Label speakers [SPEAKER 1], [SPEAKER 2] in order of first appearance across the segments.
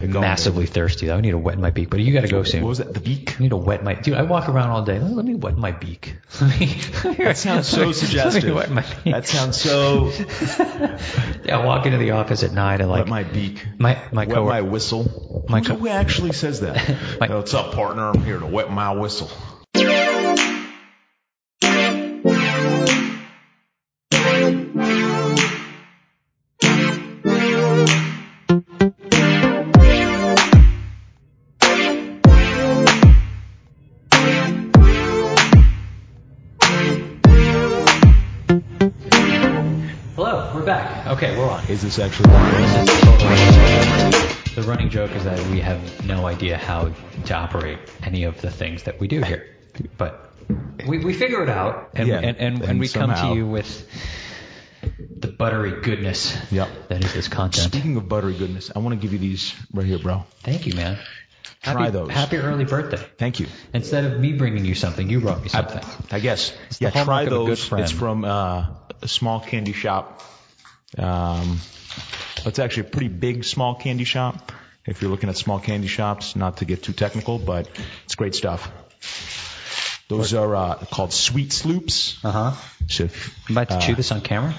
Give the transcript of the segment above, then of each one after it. [SPEAKER 1] going
[SPEAKER 2] massively thirsty. though. I need to wet my beak, but you got to go
[SPEAKER 1] there.
[SPEAKER 2] soon.
[SPEAKER 1] What was that? The beak.
[SPEAKER 2] I need to wet my dude. I walk around all day. Let, let me wet my beak. Let me, that
[SPEAKER 1] sounds so
[SPEAKER 2] Let me
[SPEAKER 1] suggestive.
[SPEAKER 2] wet my beak.
[SPEAKER 1] That sounds so.
[SPEAKER 2] Yeah, I walk into the office at night. I like
[SPEAKER 1] Wet my beak.
[SPEAKER 2] my my
[SPEAKER 1] Wet
[SPEAKER 2] coworker.
[SPEAKER 1] my whistle.
[SPEAKER 2] My
[SPEAKER 1] Who actually says that?
[SPEAKER 2] My-
[SPEAKER 1] What's up, partner? I'm here to wet my whistle.
[SPEAKER 2] Hello, we're back. Okay, we're on.
[SPEAKER 1] Is this actually?
[SPEAKER 2] This is totally- The running joke is that we have no idea how to operate any of the things that we do here, but we, we figure it out, and
[SPEAKER 1] Yeah,
[SPEAKER 2] and, and, and
[SPEAKER 1] and
[SPEAKER 2] we come
[SPEAKER 1] somehow-
[SPEAKER 2] to you with the buttery goodness
[SPEAKER 1] Yep.
[SPEAKER 2] that is this content.
[SPEAKER 1] Speaking of buttery goodness, I want to give you these right here, bro.
[SPEAKER 2] Thank you, man.
[SPEAKER 1] Try
[SPEAKER 2] happy,
[SPEAKER 1] those.
[SPEAKER 2] Happy early birthday.
[SPEAKER 1] Thank you.
[SPEAKER 2] Instead of me bringing you something, you brought me something.
[SPEAKER 1] I guess.
[SPEAKER 2] the
[SPEAKER 1] yeah, try
[SPEAKER 2] hallmark of a good
[SPEAKER 1] those.
[SPEAKER 2] friend.
[SPEAKER 1] It's from uh, a small candy shop. Um, it's actually a pretty big small candy shop. If you're looking at small candy shops, not to get too technical, but it's great stuff. Those are uh, called sweet sloops.
[SPEAKER 2] Uh huh.
[SPEAKER 1] So if-
[SPEAKER 2] I'm about to
[SPEAKER 1] Uh,
[SPEAKER 2] chew this on camera.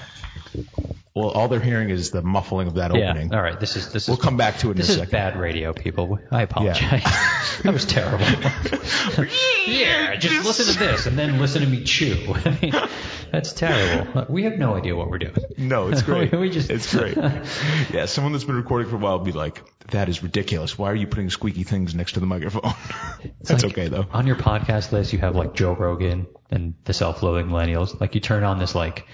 [SPEAKER 1] well, all they're hearing is the muffling of that opening.
[SPEAKER 2] All right. This is this
[SPEAKER 1] We'll
[SPEAKER 2] is
[SPEAKER 1] come back to it in
[SPEAKER 2] this
[SPEAKER 1] a
[SPEAKER 2] is
[SPEAKER 1] second.
[SPEAKER 2] bad radio, people. I apologize. that was terrible. yeah. Just listen to this, and then listen to me chew. I mean, that's terrible. We have no idea what we're doing.
[SPEAKER 1] No, it's great.
[SPEAKER 2] We just-
[SPEAKER 1] it's great. Yeah, someone that's been recording for a while will be like, "That is ridiculous. Why are you putting squeaky things next to the microphone?" that's
[SPEAKER 2] like-
[SPEAKER 1] okay though.
[SPEAKER 2] On your podcast list, you have like Joe Rogan and the self-loathing millennials. Like you turn on this like.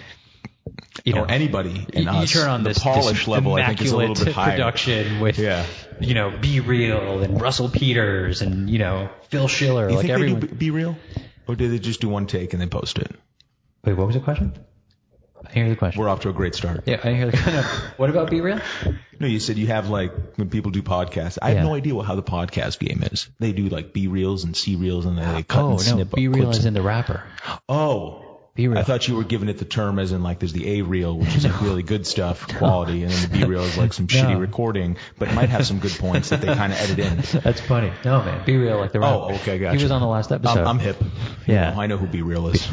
[SPEAKER 2] You know,
[SPEAKER 1] Or anybody in
[SPEAKER 2] you, you
[SPEAKER 1] us,
[SPEAKER 2] turn on
[SPEAKER 1] the
[SPEAKER 2] this
[SPEAKER 1] polish
[SPEAKER 2] this
[SPEAKER 1] level, I think, is a little
[SPEAKER 2] immaculate
[SPEAKER 1] bit higher.
[SPEAKER 2] production with
[SPEAKER 1] Yeah.
[SPEAKER 2] you know Be Real and Russell Peters and you know Phil Schiller
[SPEAKER 1] You
[SPEAKER 2] like
[SPEAKER 1] think
[SPEAKER 2] everyone
[SPEAKER 1] they do be, be real, or did they just do one take and then post it?
[SPEAKER 2] Wait, what was the question? I hear the question.
[SPEAKER 1] We're off to a great start.
[SPEAKER 2] yeah, I hear the question. what about Be Real?
[SPEAKER 1] No, you said you have like when people do podcasts. I
[SPEAKER 2] Yeah.
[SPEAKER 1] have no idea what, how the podcast game is. They do like B reels and C reels, and they cut and
[SPEAKER 2] Oh no,
[SPEAKER 1] snip
[SPEAKER 2] Be
[SPEAKER 1] up
[SPEAKER 2] Real
[SPEAKER 1] clips.
[SPEAKER 2] is in the rapper.
[SPEAKER 1] Oh.
[SPEAKER 2] Be Real.
[SPEAKER 1] I thought you were giving it the term as in like there's the A reel, which is like really good stuff, quality, and then the B reel is like some shitty recording, but might have some good points that they kind of edit in.
[SPEAKER 2] That's funny. No man, Be Real like the rapper.
[SPEAKER 1] Oh, okay,
[SPEAKER 2] He
[SPEAKER 1] gotcha.
[SPEAKER 2] was on the last episode.
[SPEAKER 1] I'm, I'm hip. You
[SPEAKER 2] Yeah.
[SPEAKER 1] know, I know who B reel is.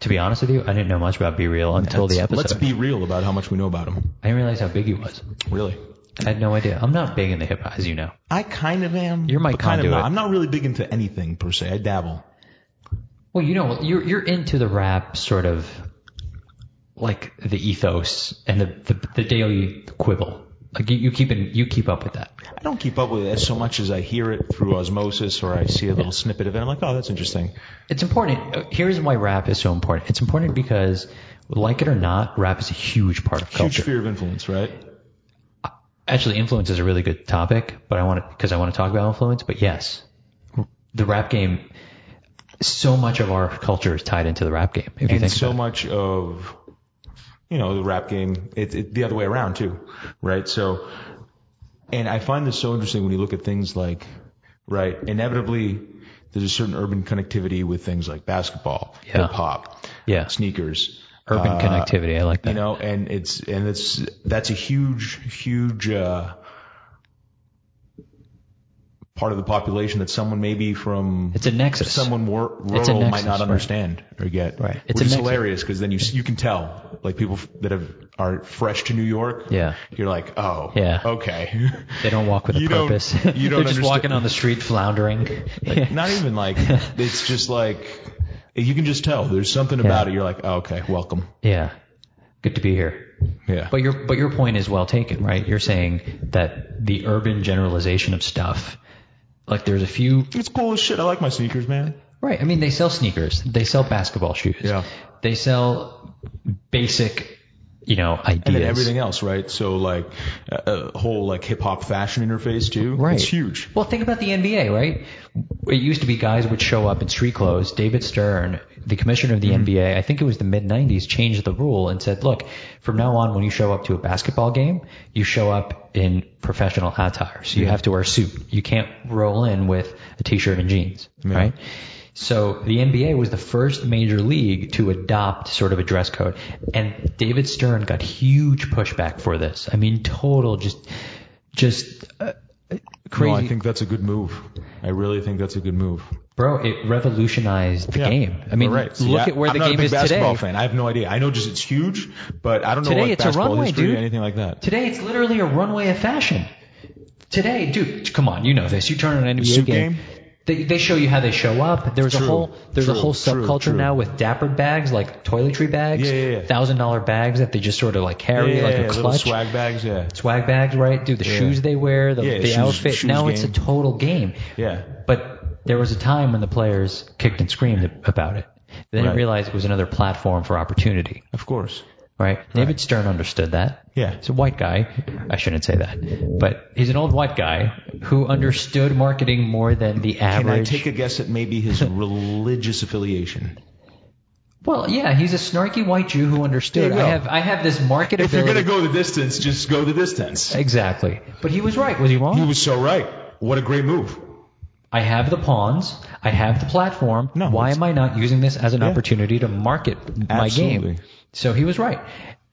[SPEAKER 2] to be honest with you, I didn't know much about Be Real until the episode.
[SPEAKER 1] Let's be real about how much we know about him.
[SPEAKER 2] I didn't realize how big he was.
[SPEAKER 1] Really.
[SPEAKER 2] I had no idea. I'm not big in the hip hop, as you know.
[SPEAKER 1] I kind of am.
[SPEAKER 2] You're my
[SPEAKER 1] but kind of
[SPEAKER 2] conduit.
[SPEAKER 1] not. I'm not really big into anything per se. I dabble.
[SPEAKER 2] Well, you know, you're you're into the rap sort of like the ethos and the the, the daily quibble. Like you, you keep in, you keep up with that.
[SPEAKER 1] I don't keep up with it so much as I hear it through osmosis or I see a little snippet of it. I'm like, oh, that's interesting.
[SPEAKER 2] It's important. Uh, Here's why rap is so important. It's important because, like it or not, rap is a huge part of
[SPEAKER 1] Huge
[SPEAKER 2] culture.
[SPEAKER 1] fear of influence, right?
[SPEAKER 2] Actually, influence is a really good topic, but I want to because I want to talk about influence. But yes, the rap game. So much of our culture is tied into the rap game. If you
[SPEAKER 1] and
[SPEAKER 2] think
[SPEAKER 1] so
[SPEAKER 2] about
[SPEAKER 1] much of you know the rap game it's it, the other way around too right so and i find this so interesting when you look at things like right inevitably there's a certain urban connectivity with things like basketball
[SPEAKER 2] Yeah.
[SPEAKER 1] hip hop
[SPEAKER 2] it. yeah,
[SPEAKER 1] sneakers
[SPEAKER 2] urban
[SPEAKER 1] uh,
[SPEAKER 2] connectivity. I like that.
[SPEAKER 1] you know and it's and it's that's a huge huge uh part of the population that someone maybe from
[SPEAKER 2] it's a nexus.
[SPEAKER 1] someone more rural
[SPEAKER 2] It's a nexus,
[SPEAKER 1] might not
[SPEAKER 2] right.
[SPEAKER 1] understand or get.
[SPEAKER 2] Right.
[SPEAKER 1] It's
[SPEAKER 2] It's a
[SPEAKER 1] which is
[SPEAKER 2] nexus.
[SPEAKER 1] hilarious because then you you can tell like people f- that have are fresh to New York.
[SPEAKER 2] Yeah.
[SPEAKER 1] You're like, oh,
[SPEAKER 2] Yeah.
[SPEAKER 1] okay.
[SPEAKER 2] they don't walk with a
[SPEAKER 1] You don't-
[SPEAKER 2] purpose.
[SPEAKER 1] you
[SPEAKER 2] They're
[SPEAKER 1] don't
[SPEAKER 2] just
[SPEAKER 1] understand-
[SPEAKER 2] walking on the street floundering. Yeah.
[SPEAKER 1] not even like it's just like you can just tell there's something about it. You're like, oh, okay, welcome.
[SPEAKER 2] yeah, good to be here.
[SPEAKER 1] Yeah.
[SPEAKER 2] But your but your point is well taken, right? You're saying that the urban generalization of stuff, like there's a few,
[SPEAKER 1] it's cool as shit. I like my sneakers, man.
[SPEAKER 2] right? I mean, they sell sneakers, they sell basketball shoes,
[SPEAKER 1] Yeah.
[SPEAKER 2] they sell basic, you know, ideas.
[SPEAKER 1] And then everything else, right? So like a a whole like hip hop fashion interface too.
[SPEAKER 2] Right.
[SPEAKER 1] It's huge.
[SPEAKER 2] Well, think about the NBA, right? It used to be guys would show up in street clothes. David Stern, the commissioner of the NBA, I think it was the mid 90s, changed the rule and said, look, from now on, when you show up to a basketball game, you show up in professional attire. So you have to wear a suit. You can't roll in with a t shirt and jeans, right? So the NBA was the first major league to adopt sort of a dress code. And David Stern got huge pushback for this. I mean, total just, just, uh, crazy,
[SPEAKER 1] No, I think that's a good move. I really think that's a good move.
[SPEAKER 2] bro. It revolutionized the
[SPEAKER 1] Yeah.
[SPEAKER 2] game. I mean,
[SPEAKER 1] All right. So,
[SPEAKER 2] look
[SPEAKER 1] yeah,
[SPEAKER 2] at where
[SPEAKER 1] I'm
[SPEAKER 2] the
[SPEAKER 1] not
[SPEAKER 2] game
[SPEAKER 1] a big
[SPEAKER 2] is
[SPEAKER 1] basketball
[SPEAKER 2] today.
[SPEAKER 1] fan. I have no idea. I know just it's huge, but I don't know
[SPEAKER 2] Today
[SPEAKER 1] like
[SPEAKER 2] it's a
[SPEAKER 1] basketball
[SPEAKER 2] runway,
[SPEAKER 1] history
[SPEAKER 2] dude.
[SPEAKER 1] or anything like that.
[SPEAKER 2] Today, it's literally a runway of fashion. Today, dude, come on, you know this. You turn on an NBA
[SPEAKER 1] Suit
[SPEAKER 2] game.
[SPEAKER 1] game?
[SPEAKER 2] They, they show you how they show up. There's a
[SPEAKER 1] True,
[SPEAKER 2] whole there's a
[SPEAKER 1] true,
[SPEAKER 2] whole
[SPEAKER 1] true,
[SPEAKER 2] subculture
[SPEAKER 1] true.
[SPEAKER 2] now with dappered bags, like toiletry bags,
[SPEAKER 1] Yeah, yeah, yeah.
[SPEAKER 2] thousand dollar bags that they just sort of like carry like a
[SPEAKER 1] little
[SPEAKER 2] clutch.
[SPEAKER 1] swag bags. Yeah,
[SPEAKER 2] swag bags, right? Dude, the shoes they wear, the,
[SPEAKER 1] Yeah,
[SPEAKER 2] the
[SPEAKER 1] shoes-
[SPEAKER 2] outfit.
[SPEAKER 1] shoes
[SPEAKER 2] now it's a
[SPEAKER 1] game.
[SPEAKER 2] total game.
[SPEAKER 1] yeah.
[SPEAKER 2] But there was a time when the players kicked and screamed about it. They didn't
[SPEAKER 1] Right.
[SPEAKER 2] realize it was another platform for opportunity,
[SPEAKER 1] Of course.
[SPEAKER 2] right? David Stern understood that.
[SPEAKER 1] Yeah.
[SPEAKER 2] He's a white guy. I shouldn't say that. But he's an old white guy who understood marketing more than the
[SPEAKER 1] Can I
[SPEAKER 2] average.
[SPEAKER 1] take a guess at maybe his religious affiliation?
[SPEAKER 2] well, yeah, he's a snarky white Jew who understood.
[SPEAKER 1] There you
[SPEAKER 2] I
[SPEAKER 1] go.
[SPEAKER 2] have I have this marketability.
[SPEAKER 1] If you're gonna go the distance, just go the distance.
[SPEAKER 2] exactly. But he was right. Was he wrong?
[SPEAKER 1] He was so right. What a great move.
[SPEAKER 2] I have the pawns. I have the platform.
[SPEAKER 1] No,
[SPEAKER 2] Why
[SPEAKER 1] it's-
[SPEAKER 2] am I not using this as an opportunity to market my
[SPEAKER 1] Absolutely.
[SPEAKER 2] game? So he was right.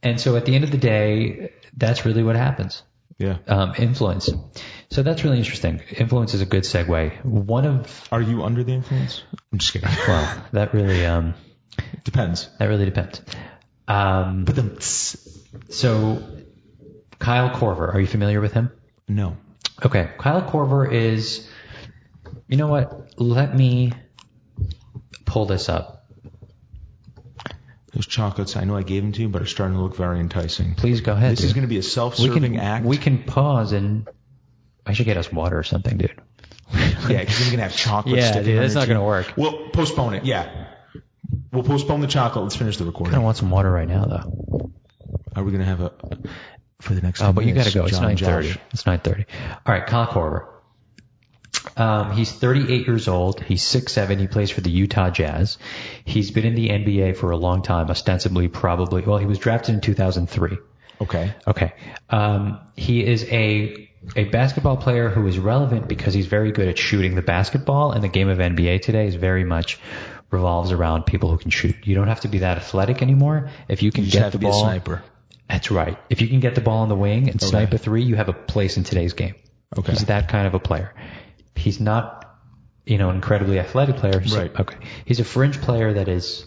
[SPEAKER 2] And so at the end of the day, that's really what happens.
[SPEAKER 1] Yeah.
[SPEAKER 2] Um, influence. So that's really interesting. Influence is a good segue. One of
[SPEAKER 1] Are you under the influence? I'm just kidding.
[SPEAKER 2] well, that really um,
[SPEAKER 1] Depends.
[SPEAKER 2] that really depends. Um,
[SPEAKER 1] But the
[SPEAKER 2] so Kyle Corver, are you familiar with him?
[SPEAKER 1] no.
[SPEAKER 2] Okay, Kyle Corver is. You know what? Let me pull this up.
[SPEAKER 1] Those chocolates, I know I gave them to you, but are starting to look very enticing.
[SPEAKER 2] Please go ahead.
[SPEAKER 1] This
[SPEAKER 2] dude.
[SPEAKER 1] is going to be a
[SPEAKER 2] we
[SPEAKER 1] self-serving
[SPEAKER 2] can
[SPEAKER 1] act.
[SPEAKER 2] we can pause and I should get us water or something, dude.
[SPEAKER 1] yeah, because you're going to have chocolate.
[SPEAKER 2] Yeah,
[SPEAKER 1] sticking
[SPEAKER 2] dude,
[SPEAKER 1] on
[SPEAKER 2] that's
[SPEAKER 1] your
[SPEAKER 2] not gonna
[SPEAKER 1] teeth.
[SPEAKER 2] work.
[SPEAKER 1] We'll postpone it. Yeah, we'll postpone the chocolate. Let's finish the
[SPEAKER 2] I don't
[SPEAKER 1] recording.
[SPEAKER 2] want some water right now though.
[SPEAKER 1] Are we going to have a for the next?
[SPEAKER 2] Oh, but you got to go. It's
[SPEAKER 1] John
[SPEAKER 2] nine
[SPEAKER 1] and Josh.
[SPEAKER 2] thirty. It's nine thirty. All right, Kyle Korver. Um, he's 38 years old. He's 6'7". He plays for the Utah Jazz. He's been in the NBA for a long time, ostensibly, probably. Well, he was drafted in 2003.
[SPEAKER 1] Okay.
[SPEAKER 2] Okay. Um, he is a a basketball player who is relevant because he's very good at shooting the basketball, and the game of NBA today is very much revolves around people who can shoot. You don't have to be that athletic anymore. If you can
[SPEAKER 1] You just
[SPEAKER 2] get
[SPEAKER 1] have
[SPEAKER 2] the
[SPEAKER 1] to be
[SPEAKER 2] ball,
[SPEAKER 1] a sniper.
[SPEAKER 2] that's right. If you can get the ball on the wing and snipe a three, you have a place in today's game.
[SPEAKER 1] Okay.
[SPEAKER 2] He's that kind of a player. He's not, you know, an incredibly athletic player. so-
[SPEAKER 1] Right.
[SPEAKER 2] Okay. He's a fringe player that is,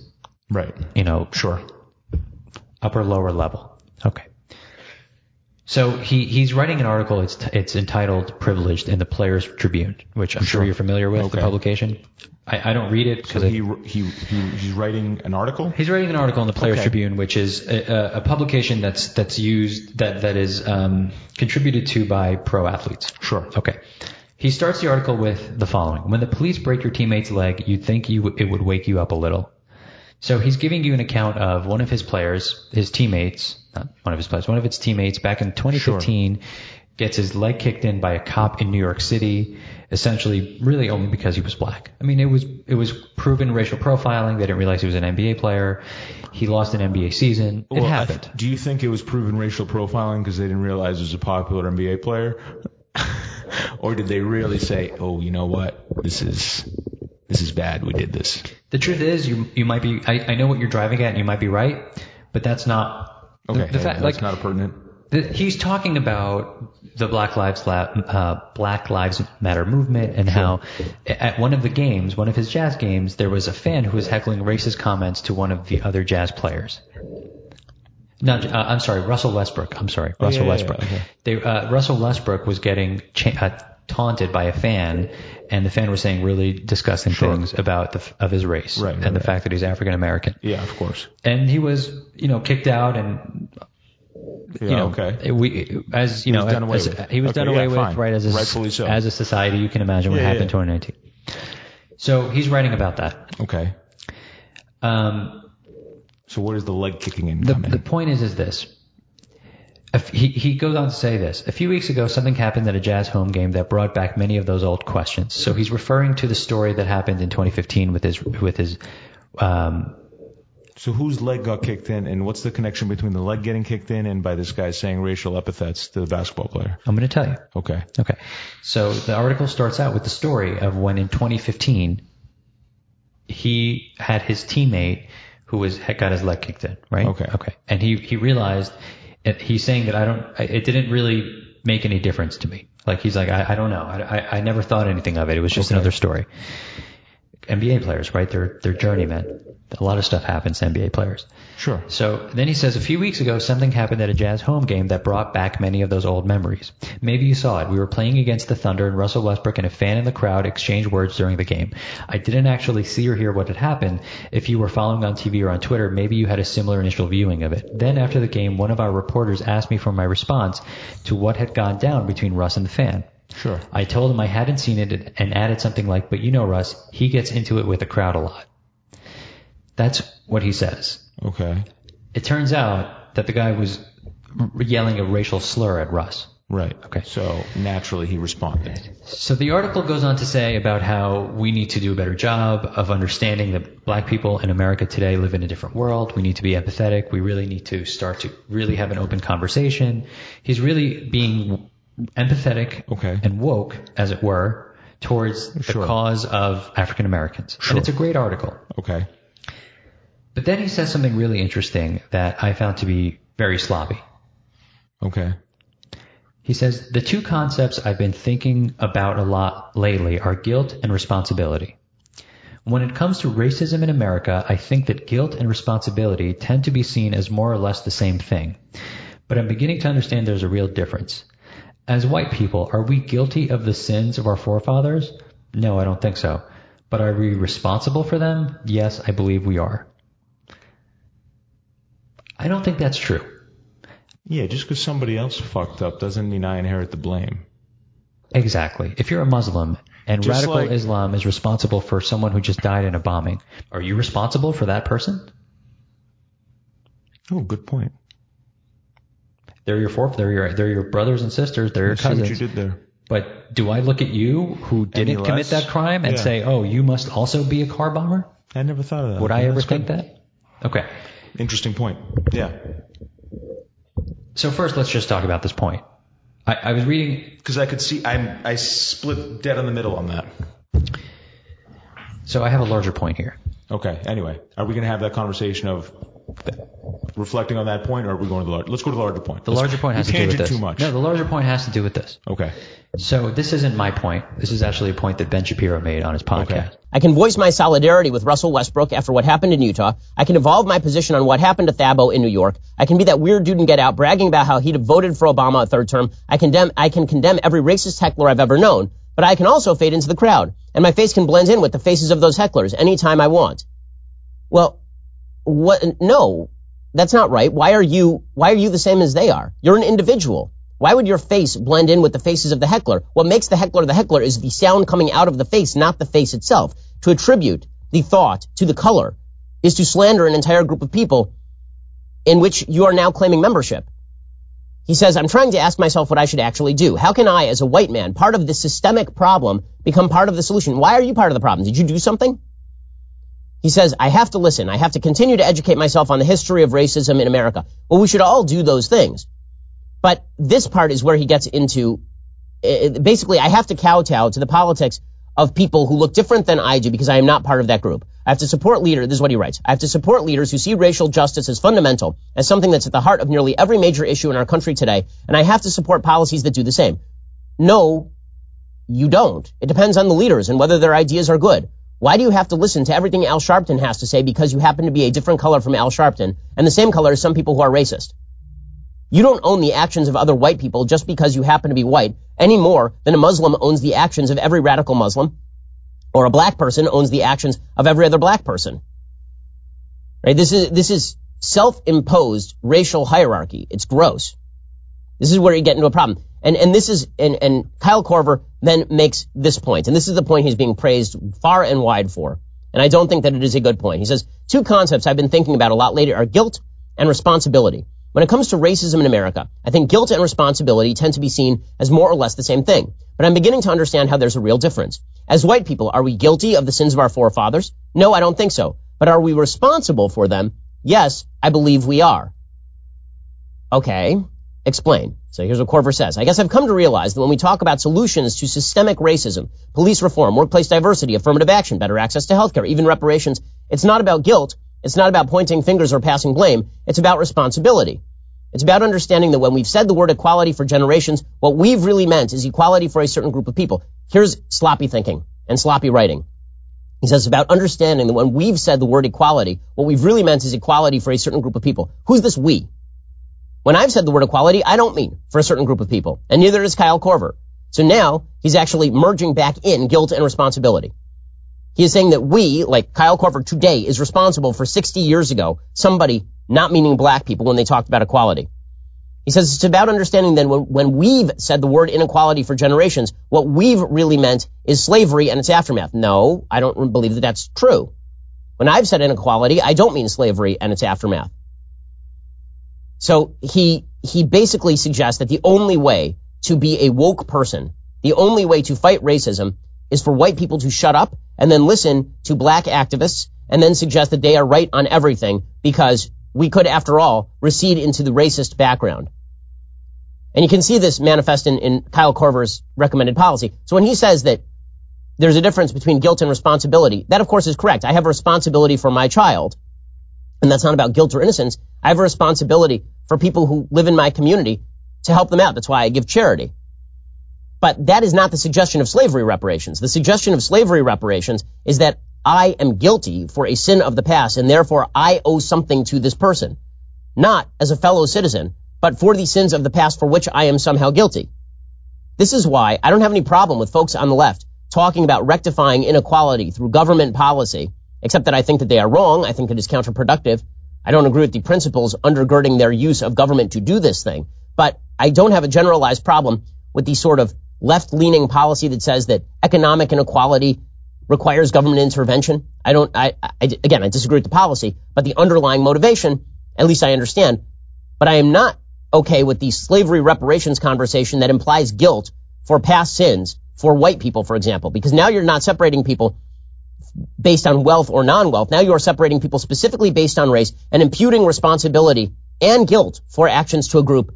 [SPEAKER 1] Right.
[SPEAKER 2] you know,
[SPEAKER 1] Sure.
[SPEAKER 2] upper lower level. Okay. So he, he's writing an article. It's it's entitled "Privileged" in the Players Tribune, which I'm sure, you're familiar with the
[SPEAKER 1] Okay.
[SPEAKER 2] publication. I, I don't read it because
[SPEAKER 1] He, he he he's writing an article.
[SPEAKER 2] he's writing an article in the Players
[SPEAKER 1] Okay.
[SPEAKER 2] Tribune, which is a, a, a publication that's that's used that that is um, contributed to by pro athletes.
[SPEAKER 1] Sure.
[SPEAKER 2] Okay. He starts the article with the following: When the police break your teammate's leg, you'd think you w- it would wake you up a little. So he's giving you an account of one of his players, his teammates, not one of his players, one of its teammates back in 2015 gets his leg kicked in by a cop in New York City, essentially really only because he was black. I mean, it was it was proven racial profiling. They didn't realize he was an NBA player. He lost an NBA season. It
[SPEAKER 1] Well, I th-
[SPEAKER 2] happened.
[SPEAKER 1] do you think it was proven racial profiling because they didn't realize it was a popular NBA player, or did they really say, "Oh, you know what? This is this is bad. We did this."
[SPEAKER 2] The truth is, you you might be. I, I know what you're driving at, and you might be right, but that's not. the-
[SPEAKER 1] Okay,
[SPEAKER 2] the fact-
[SPEAKER 1] that's
[SPEAKER 2] like-
[SPEAKER 1] not a pertinent.
[SPEAKER 2] the, he's talking about the Black Lives La- uh, Black Lives Matter movement and how at one of the games, one of his jazz games, there was a fan who was heckling racist comments to one of the other jazz players. Not, uh, I'm sorry, Russell Westbrook. I'm sorry, Russell
[SPEAKER 1] Oh, yeah, yeah,
[SPEAKER 2] Westbrook.
[SPEAKER 1] okay.
[SPEAKER 2] They, uh, Russell Westbrook was getting cha- uh, taunted by a fan, and the fan was saying really disgusting things about the f- of his race
[SPEAKER 1] Right,
[SPEAKER 2] and
[SPEAKER 1] right,
[SPEAKER 2] the
[SPEAKER 1] right.
[SPEAKER 2] fact that he's African American
[SPEAKER 1] Yeah, of course.
[SPEAKER 2] and he was you know kicked out and
[SPEAKER 1] Yeah,
[SPEAKER 2] you know
[SPEAKER 1] Oh, okay.
[SPEAKER 2] we as you know
[SPEAKER 1] was done away
[SPEAKER 2] as-
[SPEAKER 1] with.
[SPEAKER 2] he was
[SPEAKER 1] Okay,
[SPEAKER 2] done
[SPEAKER 1] yeah,
[SPEAKER 2] away with
[SPEAKER 1] fine.
[SPEAKER 2] right as a
[SPEAKER 1] Rightfully so.
[SPEAKER 2] as a society you can imagine what
[SPEAKER 1] Yeah, yeah,
[SPEAKER 2] happened
[SPEAKER 1] yeah.
[SPEAKER 2] in 2019 so he's writing about that
[SPEAKER 1] Okay.
[SPEAKER 2] um,
[SPEAKER 1] So where does the leg kicking in
[SPEAKER 2] the,
[SPEAKER 1] come in?
[SPEAKER 2] the point is is this A f- he, he goes on to say this. A few weeks ago, something happened at a Jazz home game that brought back many of those old questions. So he's referring to the story that happened in 2015 with his with his um,
[SPEAKER 1] so whose leg got kicked in, and what's the connection between the leg getting kicked in and by this guy saying racial epithets to the basketball player?
[SPEAKER 2] I'm going to tell you.
[SPEAKER 1] Okay.
[SPEAKER 2] Okay. So the article starts out with the story of when in 2015 he had his teammate who was had got his leg kicked in, right?
[SPEAKER 1] Okay.
[SPEAKER 2] Okay. And he he realized and he's saying that I don't I- it didn't really make any difference to me. Like he's like, I, I don't know. I, I, I never thought anything of it. It was just another story. NBA players, right? They're, they're journeymen. A lot of stuff happens to NBA players.
[SPEAKER 1] Sure.
[SPEAKER 2] So then he says, a few weeks ago, something happened at a Jazz home game that brought back many of those old memories. Maybe you saw it. We were playing against the Thunder and Russell Westbrook and a fan in the crowd exchanged words during the game. I didn't actually see or hear what had happened. If you were following on TV or on Twitter, maybe you had a similar initial viewing of it. Then after the game, one of our reporters asked me for my response to what had gone down between Russ and the fan.
[SPEAKER 1] Sure.
[SPEAKER 2] I told him I hadn't seen it and added something like, but you know, Russ, he gets into it with the crowd a lot. That's what he says.
[SPEAKER 1] Okay.
[SPEAKER 2] It turns out that the guy was r- yelling a racial slur at Russ.
[SPEAKER 1] Right.
[SPEAKER 2] Okay.
[SPEAKER 1] So naturally he responded.
[SPEAKER 2] So the article goes on to say about how we need to do a better job of understanding that black people in America today live in a different world. We need to be empathetic. We really need to start to really have an open conversation. He's really being empathetic
[SPEAKER 1] Okay.
[SPEAKER 2] and woke, as it were, towards the
[SPEAKER 1] Sure.
[SPEAKER 2] cause of African Americans. And it's a great article.
[SPEAKER 1] Okay.
[SPEAKER 2] But then he says something really interesting that I found to be very sloppy.
[SPEAKER 1] Okay.
[SPEAKER 2] He says, The two concepts I've been thinking about a lot lately are guilt and responsibility. When it comes to racism in America, I think that guilt and responsibility tend to be seen as more or less the same thing. But I'm beginning to understand there's a real difference. As white people, are we guilty of the sins of our forefathers? No, I don't think so. But are we responsible for them? Yes, I believe we are. I don't think that's true.
[SPEAKER 1] Yeah, just because somebody else fucked up doesn't mean I inherit the blame.
[SPEAKER 2] Exactly. If you're a Muslim and
[SPEAKER 1] Just
[SPEAKER 2] radical
[SPEAKER 1] like-
[SPEAKER 2] Islam is responsible for someone who just died in a bombing, are you responsible for that person?
[SPEAKER 1] Oh, good point.
[SPEAKER 2] They're your fourth, they're your they're your brothers and sisters, they're your
[SPEAKER 1] See what you
[SPEAKER 2] cousins.
[SPEAKER 1] did there.
[SPEAKER 2] But do I look at you who didn't commit
[SPEAKER 1] less?
[SPEAKER 2] that crime and
[SPEAKER 1] Yeah.
[SPEAKER 2] say, "Oh, you must also be a car bomber"?
[SPEAKER 1] I never thought of that.
[SPEAKER 2] Would I
[SPEAKER 1] Yeah,
[SPEAKER 2] ever
[SPEAKER 1] that's
[SPEAKER 2] think
[SPEAKER 1] good.
[SPEAKER 2] that? Okay.
[SPEAKER 1] Interesting point. Yeah.
[SPEAKER 2] So first, let's just talk about this point. I, I was reading
[SPEAKER 1] Because I could see, I'm, I split dead on the middle on that.
[SPEAKER 2] so I have a larger point here.
[SPEAKER 1] Okay. Anyway, are we going to have that conversation of th- reflecting on that point, or are we going to the larger? Let's go to the larger point.
[SPEAKER 2] The larger point has to do with this.
[SPEAKER 1] too much.
[SPEAKER 2] No, the larger point has to do with this.
[SPEAKER 1] okay.
[SPEAKER 2] So this isn't my point. This is actually a point that Ben Shapiro made on his podcast.
[SPEAKER 1] Okay.
[SPEAKER 3] I can voice my solidarity with Russell Westbrook after what happened in Utah. I can evolve my position on what happened to Thabo in New York. I can be that weird dude and get out bragging about how he'd have voted for Obama a third term. I condemn, I can condemn every racist heckler I've ever known, but I can also fade into the crowd and my face can blend in with the faces of those hecklers anytime I want. Well, what, no, that's not right. Why are you, why are you the same as they are? You're an individual. Why would your face blend in with the faces of the heckler? What makes the heckler the heckler is the sound coming out of the face, not the face itself. To attribute the thought to the color is to slander an entire group of people in which you are now claiming membership. He says, I'm trying to ask myself what I should actually do. How can I, as a white man, part of the systemic problem, become part of the solution? Why are you part of the problem? Did you do something? He says, I have to listen. I have to continue to educate myself on the history of racism in America. Well, we should all do those things. But this part is where he gets into eh, basically, I have to kowtow to the politics of people who look different than I do because I am not part of that group. I have to support leaders. This is what he writes. I have to support leaders who see racial justice as fundamental, as something that's at the heart of nearly every major issue in our country today. And I have to support policies that do the same. No, you don't. It depends on the leaders and whether their ideas are good. Why do you have to listen to everything Al Sharpton has to say because you happen to be a different color from Al Sharpton and the same color as some people who are racist? You don't own the actions of other white people just because you happen to be white any more than a Muslim owns the actions of every radical Muslim or a black person owns the actions of every other black person. Right? This is, this is self-imposed racial hierarchy. It's gross. This is where you get into a problem. And, and this is, and, and Kyle Corver then makes this point, and this is the point he's being praised far and wide for. And I don't think that it is a good point. He says, two concepts I've been thinking about a lot later are guilt and responsibility. When it comes to racism in America, I think guilt and responsibility tend to be seen as more or less the same thing. But I'm beginning to understand how there's a real difference. As white people, are we guilty of the sins of our forefathers? No, I don't think so. But are we responsible for them? Yes, I believe we are. Okay, explain. So here's what Corver says. I guess I've come to realize that when we talk about solutions to systemic racism, police reform, workplace diversity, affirmative action, better access to healthcare, even reparations, it's not about guilt. It's not about pointing fingers or passing blame. It's about responsibility. It's about understanding that when we've said the word equality for generations, what we've really meant is equality for a certain group of people. Here's sloppy thinking and sloppy writing. He says it's about understanding that when we've said the word equality, what we've really meant is equality for a certain group of people. Who's this we? When I've said the word equality, I don't mean for a certain group of people, and neither does Kyle Corver. So now he's actually merging back in guilt and responsibility. He is saying that we, like Kyle Corver today, is responsible for 60 years ago, somebody not meaning black people when they talked about equality. He says it's about understanding that when- when we've said the word inequality for generations, what we've really meant is slavery and its aftermath. No, I don't believe that that's true. When I've said inequality, I don't mean slavery and its aftermath. So he, he basically suggests that the only way to be a woke person, the only way to fight racism is for white people to shut up and then listen to black activists and then suggest that they are right on everything because we could, after all, recede into the racist background. And you can see this manifest in, in Kyle Corver's recommended policy. So when he says that there's a difference between guilt and responsibility, that of course is correct. I have a responsibility for my child, and that's not about guilt or innocence. I have a responsibility for people who live in my community to help them out. That's why I give charity. But that is not the suggestion of slavery reparations. The suggestion of slavery reparations is that I am guilty for a sin of the past and therefore I owe something to this person. Not as a fellow citizen, but for the sins of the past for which I am somehow guilty. This is why I don't have any problem with folks on the left talking about rectifying inequality through government policy, except that I think that they are wrong. I think it is counterproductive. I don't agree with the principles undergirding their use of government to do this thing, but I don't have a generalized problem with the sort of left-leaning policy that says that economic inequality requires government intervention. I don't, I, I, again, I disagree with the policy, but the underlying motivation, at least I understand, but I am not okay with the slavery reparations conversation that implies guilt for past sins for white people, for example, because now you're not separating people based on wealth or non-wealth. Now you are separating people specifically based on race and imputing responsibility and guilt for actions to a group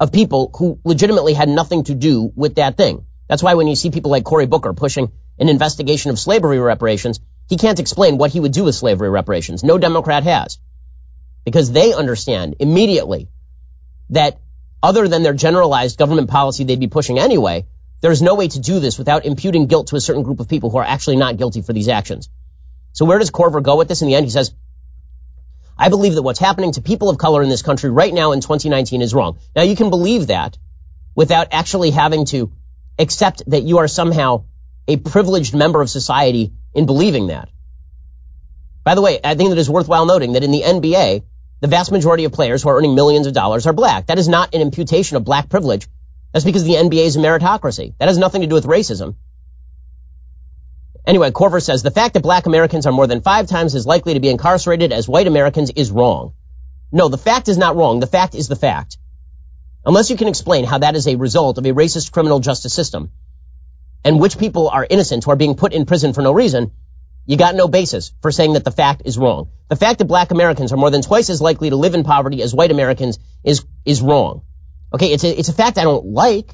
[SPEAKER 3] of people who legitimately had nothing to do with that thing. That's why when you see people like Cory Booker pushing an investigation of slavery reparations, he can't explain what he would do with slavery reparations. No Democrat has. Because they understand immediately that other than their generalized government policy they'd be pushing anyway, there's no way to do this without imputing guilt to a certain group of people who are actually not guilty for these actions. So where does Corver go with this in the end? He says, I believe that what's happening to people of color in this country right now in 2019 is wrong. Now you can believe that without actually having to accept that you are somehow a privileged member of society in believing that. By the way, I think that it is worthwhile noting that in the NBA, the vast majority of players who are earning millions of dollars are black. That is not an imputation of black privilege. That's because the NBA is a meritocracy. That has nothing to do with racism. Anyway, Corver says the fact that black Americans are more than five times as likely to be incarcerated as white Americans is wrong. No, the fact is not wrong. The fact is the fact. Unless you can explain how that is a result of a racist criminal justice system and which people are innocent who are being put in prison for no reason, you got no basis for saying that the fact is wrong. The fact that black Americans are more than twice as likely to live in poverty as white Americans is, is wrong. Okay, it's a, it's a fact I don't like,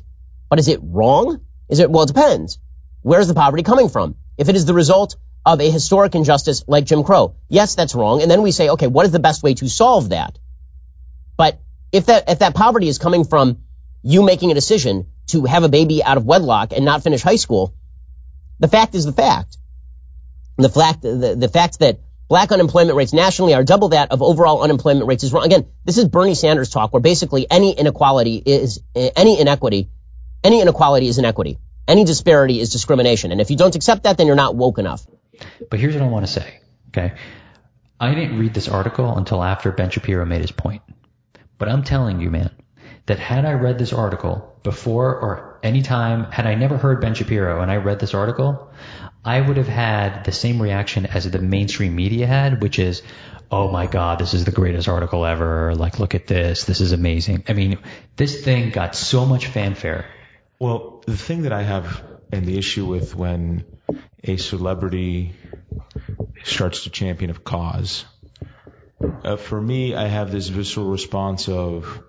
[SPEAKER 3] but is it wrong? Is it, well, it depends. Where's the poverty coming from? If it is the result of a historic injustice like Jim Crow, yes, that's wrong. And then we say, okay, what is the best way to solve that? But if that, if that poverty is coming from you making a decision to have a baby out of wedlock and not finish high school, the fact is the fact. The fact, the, the fact that black unemployment rates nationally are double that of overall unemployment rates is wrong. Again, this is Bernie Sanders talk where basically any inequality is, eh, any inequity, any inequality is inequity. Any disparity is discrimination. And if you don't accept that, then you're not woke enough.
[SPEAKER 2] But here's what I want to say. Okay. I didn't read this article until after Ben Shapiro made his point. But I'm telling you, man, that had I read this article before or any time, had I never heard Ben Shapiro and I read this article, I would have had the same reaction as the mainstream media had, which is, oh my God, this is the greatest article ever. Like, look at this. This is amazing. I mean, this thing got so much fanfare.
[SPEAKER 1] Well, the thing that I have and the issue with when a celebrity starts to champion a cause, uh, for me, I have this visceral response of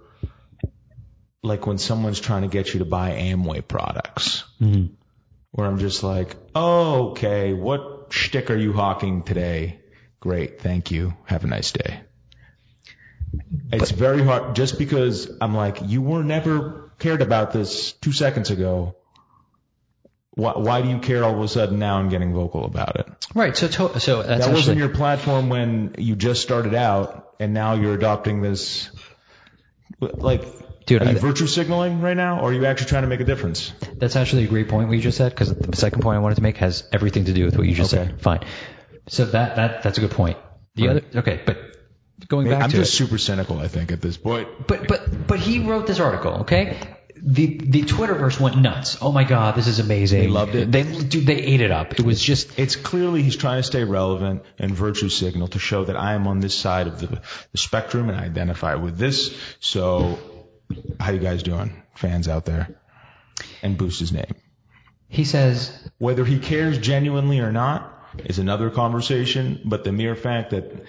[SPEAKER 1] like when someone's trying to get you to buy Amway products, where I'm just like, oh, okay, what shtick are you hawking today? Great, thank you. Have a nice day. It's very hard just because I'm like, you were never cared about this two seconds ago. Why, why do you care all of a sudden now and getting vocal about it?
[SPEAKER 2] Right. So to, so that's
[SPEAKER 1] that wasn't
[SPEAKER 2] actually
[SPEAKER 1] your platform when you just started out, and now you're adopting this. Like,
[SPEAKER 2] Dude,
[SPEAKER 1] are you
[SPEAKER 2] I-
[SPEAKER 1] virtue signaling right now, or are you actually trying to make a difference?
[SPEAKER 2] that's actually a great point what you just said because the second point I wanted to make has everything to do with what you just
[SPEAKER 1] Okay.
[SPEAKER 2] said. Fine. So that that that's a good point. The other okay, but going back
[SPEAKER 1] I'm
[SPEAKER 2] to
[SPEAKER 1] just
[SPEAKER 2] it-
[SPEAKER 1] super cynical, I think, at this point.
[SPEAKER 2] but but but he wrote this article, okay? The the Twitterverse went nuts. Oh my god, this is amazing. They
[SPEAKER 1] loved it.
[SPEAKER 2] They dude, they ate it up. It was just
[SPEAKER 1] It's clearly he's trying to stay relevant and virtue signal to show that I am on this side of the, the spectrum and I identify with this. So, how you guys doing, fans out there? And boost his name.
[SPEAKER 2] he says
[SPEAKER 1] Whether he cares genuinely or not is another conversation, but the mere fact that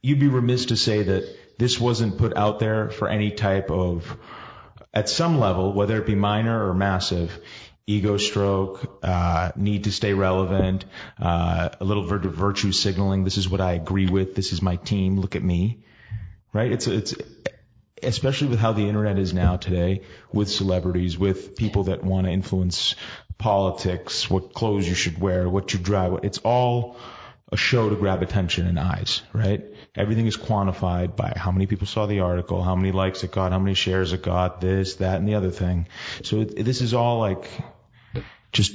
[SPEAKER 1] you'd be remiss to say that this wasn't put out there for any type of, at some level, whether it be minor or massive, ego stroke, uh, need to stay relevant, uh, a little vir- virtue signaling. This is what I agree with. This is my team. Look at me. Right? It's, it's, especially with how the internet is now today, with celebrities, with people that want to influence politics, what clothes you should wear, what you drive, what- it's all a show to grab attention and eyes, right? Everything is quantified by how many people saw the article, how many likes it got, how many shares it got, this, that, and the other thing. So it, this is all like just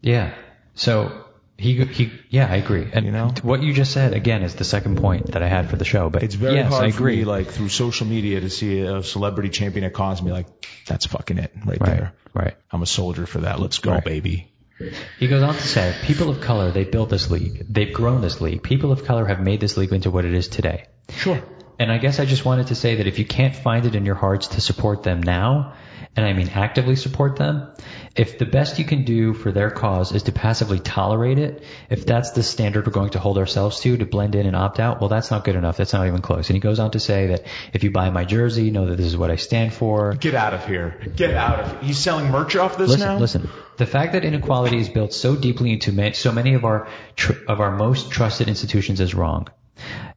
[SPEAKER 2] Yeah. So he he yeah, I agree. And
[SPEAKER 1] You know?
[SPEAKER 2] what you just said again is the second point that I had for the show. But
[SPEAKER 1] It's very
[SPEAKER 2] yes,
[SPEAKER 1] hard
[SPEAKER 2] I
[SPEAKER 1] for me,
[SPEAKER 2] agree.
[SPEAKER 1] like through social media, to see a celebrity champion a cause and be like, "That's fucking it, right,
[SPEAKER 2] right.
[SPEAKER 1] there."
[SPEAKER 2] Right.
[SPEAKER 1] I'm a soldier for that. Let's go,
[SPEAKER 2] Right.
[SPEAKER 1] baby.
[SPEAKER 2] He goes on to say, people of color, they built this league. They've grown this league. People of color have made this league into what it is today.
[SPEAKER 1] Sure.
[SPEAKER 2] And I guess I just wanted to say that if you can't find it in your hearts to support them now, and I mean actively support them, if the best you can do for their cause is to passively tolerate it, if that's the standard we're going to hold ourselves to, to blend in and opt out, well, that's not good enough. That's not even close. And he goes on to say that if you buy my jersey, know that this is what I stand for.
[SPEAKER 1] Get out of here. Get out of. He's selling merch off this
[SPEAKER 2] Listen,
[SPEAKER 1] now.
[SPEAKER 2] listen. The fact that inequality is built so deeply into ma- so many of our tr- of our most trusted institutions is wrong.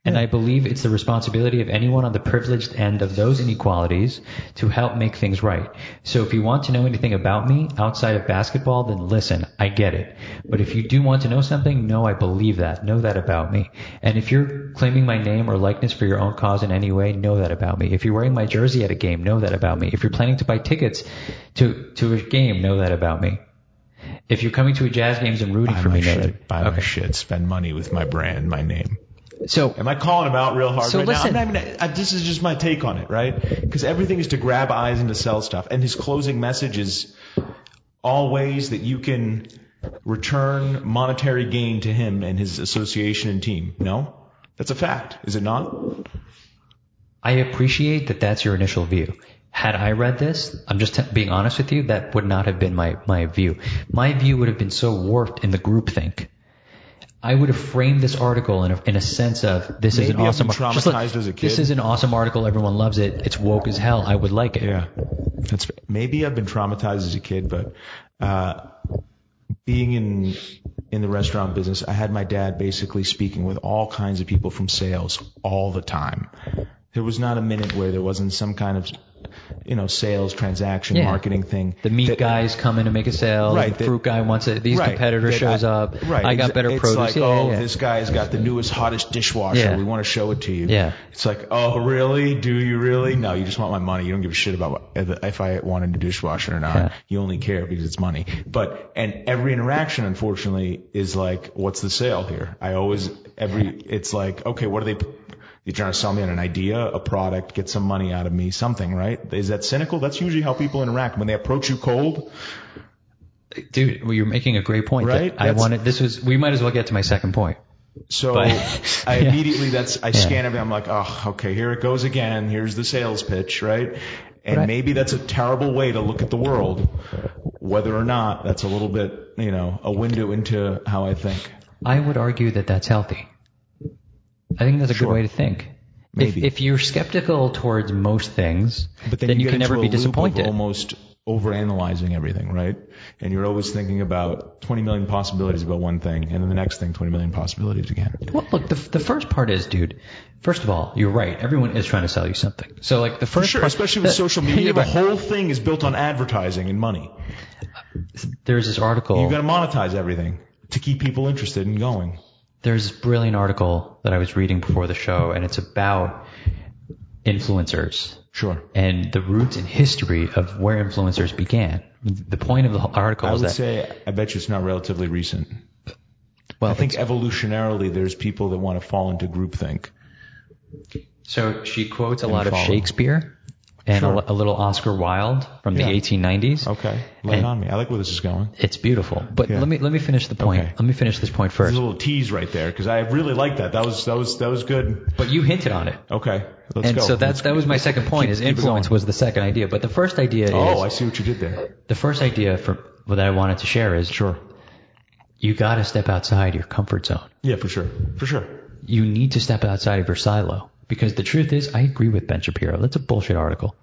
[SPEAKER 2] And I believe it's the responsibility of anyone on the privileged end of those inequalities to help make things right. So if you want to know anything about me outside of basketball, then listen, I get it. But if you do want to know something, know I believe that. Know that about me. And if you're claiming my name or likeness for your own cause in any way, know that about me. If you're wearing my jersey at a game, know that about me. If you're planning to buy tickets to, to a game, know that about me. If you're coming to a jazz games and rooting
[SPEAKER 1] Buy
[SPEAKER 2] for
[SPEAKER 1] my
[SPEAKER 2] me, know
[SPEAKER 1] shit.
[SPEAKER 2] that.
[SPEAKER 1] Buy my shit. Spend money with my brand, my name.
[SPEAKER 2] So
[SPEAKER 1] Am I calling him out real hard
[SPEAKER 2] So
[SPEAKER 1] right
[SPEAKER 2] listen-
[SPEAKER 1] now? I'm not even, I, this is just my take on it, right? Because everything is to grab eyes and to sell stuff. And his closing message is all ways that you can return monetary gain to him and his association and team. No? That's a fact, is it not?
[SPEAKER 2] I appreciate that that's your initial view. Had I read this, I'm just t- being honest with you, that would not have been my, my view. My view would have been so warped in the groupthink. I would have framed this article in a, in a sense of this is an
[SPEAKER 1] Maybe I've
[SPEAKER 2] awesome
[SPEAKER 1] been
[SPEAKER 2] ar- just like,
[SPEAKER 1] traumatized as a kid.
[SPEAKER 2] This is an awesome article. Everyone loves it. It's woke as hell. I would like it.
[SPEAKER 1] Yeah. That's maybe I've been traumatized as a kid, but uh, being in in the restaurant business, I had my dad basically speaking with all kinds of people from sales all the time. There was not a minute where there wasn't some kind of you know sales transaction
[SPEAKER 2] Yeah.
[SPEAKER 1] marketing thing.
[SPEAKER 2] The meat
[SPEAKER 1] that-
[SPEAKER 2] guys come in to make a sale.
[SPEAKER 1] Right,
[SPEAKER 2] The
[SPEAKER 1] that-
[SPEAKER 2] fruit guy wants it. These
[SPEAKER 1] right, that
[SPEAKER 2] competitor shows
[SPEAKER 1] I-
[SPEAKER 2] up.
[SPEAKER 1] Right.
[SPEAKER 2] I got
[SPEAKER 1] It's-
[SPEAKER 2] better
[SPEAKER 1] it's
[SPEAKER 2] produce.
[SPEAKER 1] Like,
[SPEAKER 2] yeah,
[SPEAKER 1] oh,
[SPEAKER 2] yeah, yeah.
[SPEAKER 1] this guy's got the newest, hottest dishwasher.
[SPEAKER 2] Yeah.
[SPEAKER 1] We want to show it to you.
[SPEAKER 2] Yeah.
[SPEAKER 1] It's like, oh, really? Do you really? No, you just want my money. You don't give a shit about what, if I want a new dishwasher or not.
[SPEAKER 2] Yeah.
[SPEAKER 1] You only care because it's money. But and every interaction, unfortunately, is like, what's the sale here? I always every. It's like, okay, what are they? You're trying to sell me on an idea, a product, get some money out of me, something, right? Is that cynical? That's usually how people interact when they approach you cold.
[SPEAKER 2] Dude, well, you're making a great point. that
[SPEAKER 1] Right?
[SPEAKER 2] I
[SPEAKER 1] That's-
[SPEAKER 2] wanted, this was, we might as well get to my second point.
[SPEAKER 1] So
[SPEAKER 2] But-
[SPEAKER 1] I
[SPEAKER 2] Yeah.
[SPEAKER 1] immediately that's I scan everything. I'm like, oh, okay, here it goes again. Here's the sales pitch, right? And
[SPEAKER 2] Right.
[SPEAKER 1] maybe that's a terrible way to look at the world. Whether or not that's a little bit, you know, a window into how I think.
[SPEAKER 2] I would argue that that's healthy. I think that's a good way to think. If,
[SPEAKER 1] Maybe.
[SPEAKER 2] if you're skeptical towards most things,
[SPEAKER 1] But
[SPEAKER 2] then, you
[SPEAKER 1] get
[SPEAKER 2] can
[SPEAKER 1] into
[SPEAKER 2] never
[SPEAKER 1] a
[SPEAKER 2] be
[SPEAKER 1] loop of
[SPEAKER 2] disappointed.
[SPEAKER 1] Almost overanalyzing everything, right? And you're always thinking about 20 million possibilities about one thing, and then the next thing, 20 million possibilities again.
[SPEAKER 2] Well, look, the, the first part is, dude, first of all, you're right. Everyone is trying to sell you something. So, like, the first
[SPEAKER 1] Sure,
[SPEAKER 2] part,
[SPEAKER 1] especially with
[SPEAKER 2] the-
[SPEAKER 1] social media,
[SPEAKER 2] you're
[SPEAKER 1] the
[SPEAKER 2] right.
[SPEAKER 1] whole thing is built on advertising and money.
[SPEAKER 2] there's this article.
[SPEAKER 1] You've got to monetize everything to keep people interested in going.
[SPEAKER 2] there's this brilliant article that I was reading before the show, and it's about influencers
[SPEAKER 1] Sure.
[SPEAKER 2] and the roots and history of where influencers began. The point of the article
[SPEAKER 1] I
[SPEAKER 2] is
[SPEAKER 1] would
[SPEAKER 2] that
[SPEAKER 1] say, I bet you it's not relatively recent.
[SPEAKER 2] well,
[SPEAKER 1] I think evolutionarily, there's people that want to fall into groupthink.
[SPEAKER 2] So she quotes a lot of
[SPEAKER 1] follow.
[SPEAKER 2] Shakespeare and
[SPEAKER 1] Sure.
[SPEAKER 2] a, a little Oscar Wilde from
[SPEAKER 1] Yeah.
[SPEAKER 2] the 1890s.
[SPEAKER 1] Okay, lay it
[SPEAKER 2] And-
[SPEAKER 1] on me. I like where this is going.
[SPEAKER 2] It's beautiful. But
[SPEAKER 1] Yeah.
[SPEAKER 2] let me let me finish the point.
[SPEAKER 1] Okay.
[SPEAKER 2] Let me finish this point first.
[SPEAKER 1] There's a little tease right there because I really like that. That was that was that was good.
[SPEAKER 2] But you hinted on it.
[SPEAKER 1] Okay, let's
[SPEAKER 2] And
[SPEAKER 1] go.
[SPEAKER 2] so that that was my second point. Is influence was the second idea, but the first idea
[SPEAKER 1] oh, I
[SPEAKER 2] is
[SPEAKER 1] see what you did there.
[SPEAKER 2] the first idea for that I wanted to share is
[SPEAKER 1] Sure.
[SPEAKER 2] you got to step outside your comfort zone.
[SPEAKER 1] Yeah, for sure, for sure.
[SPEAKER 2] You need to step outside of your silo because the truth is, I agree with Ben Shapiro. That's a bullshit article.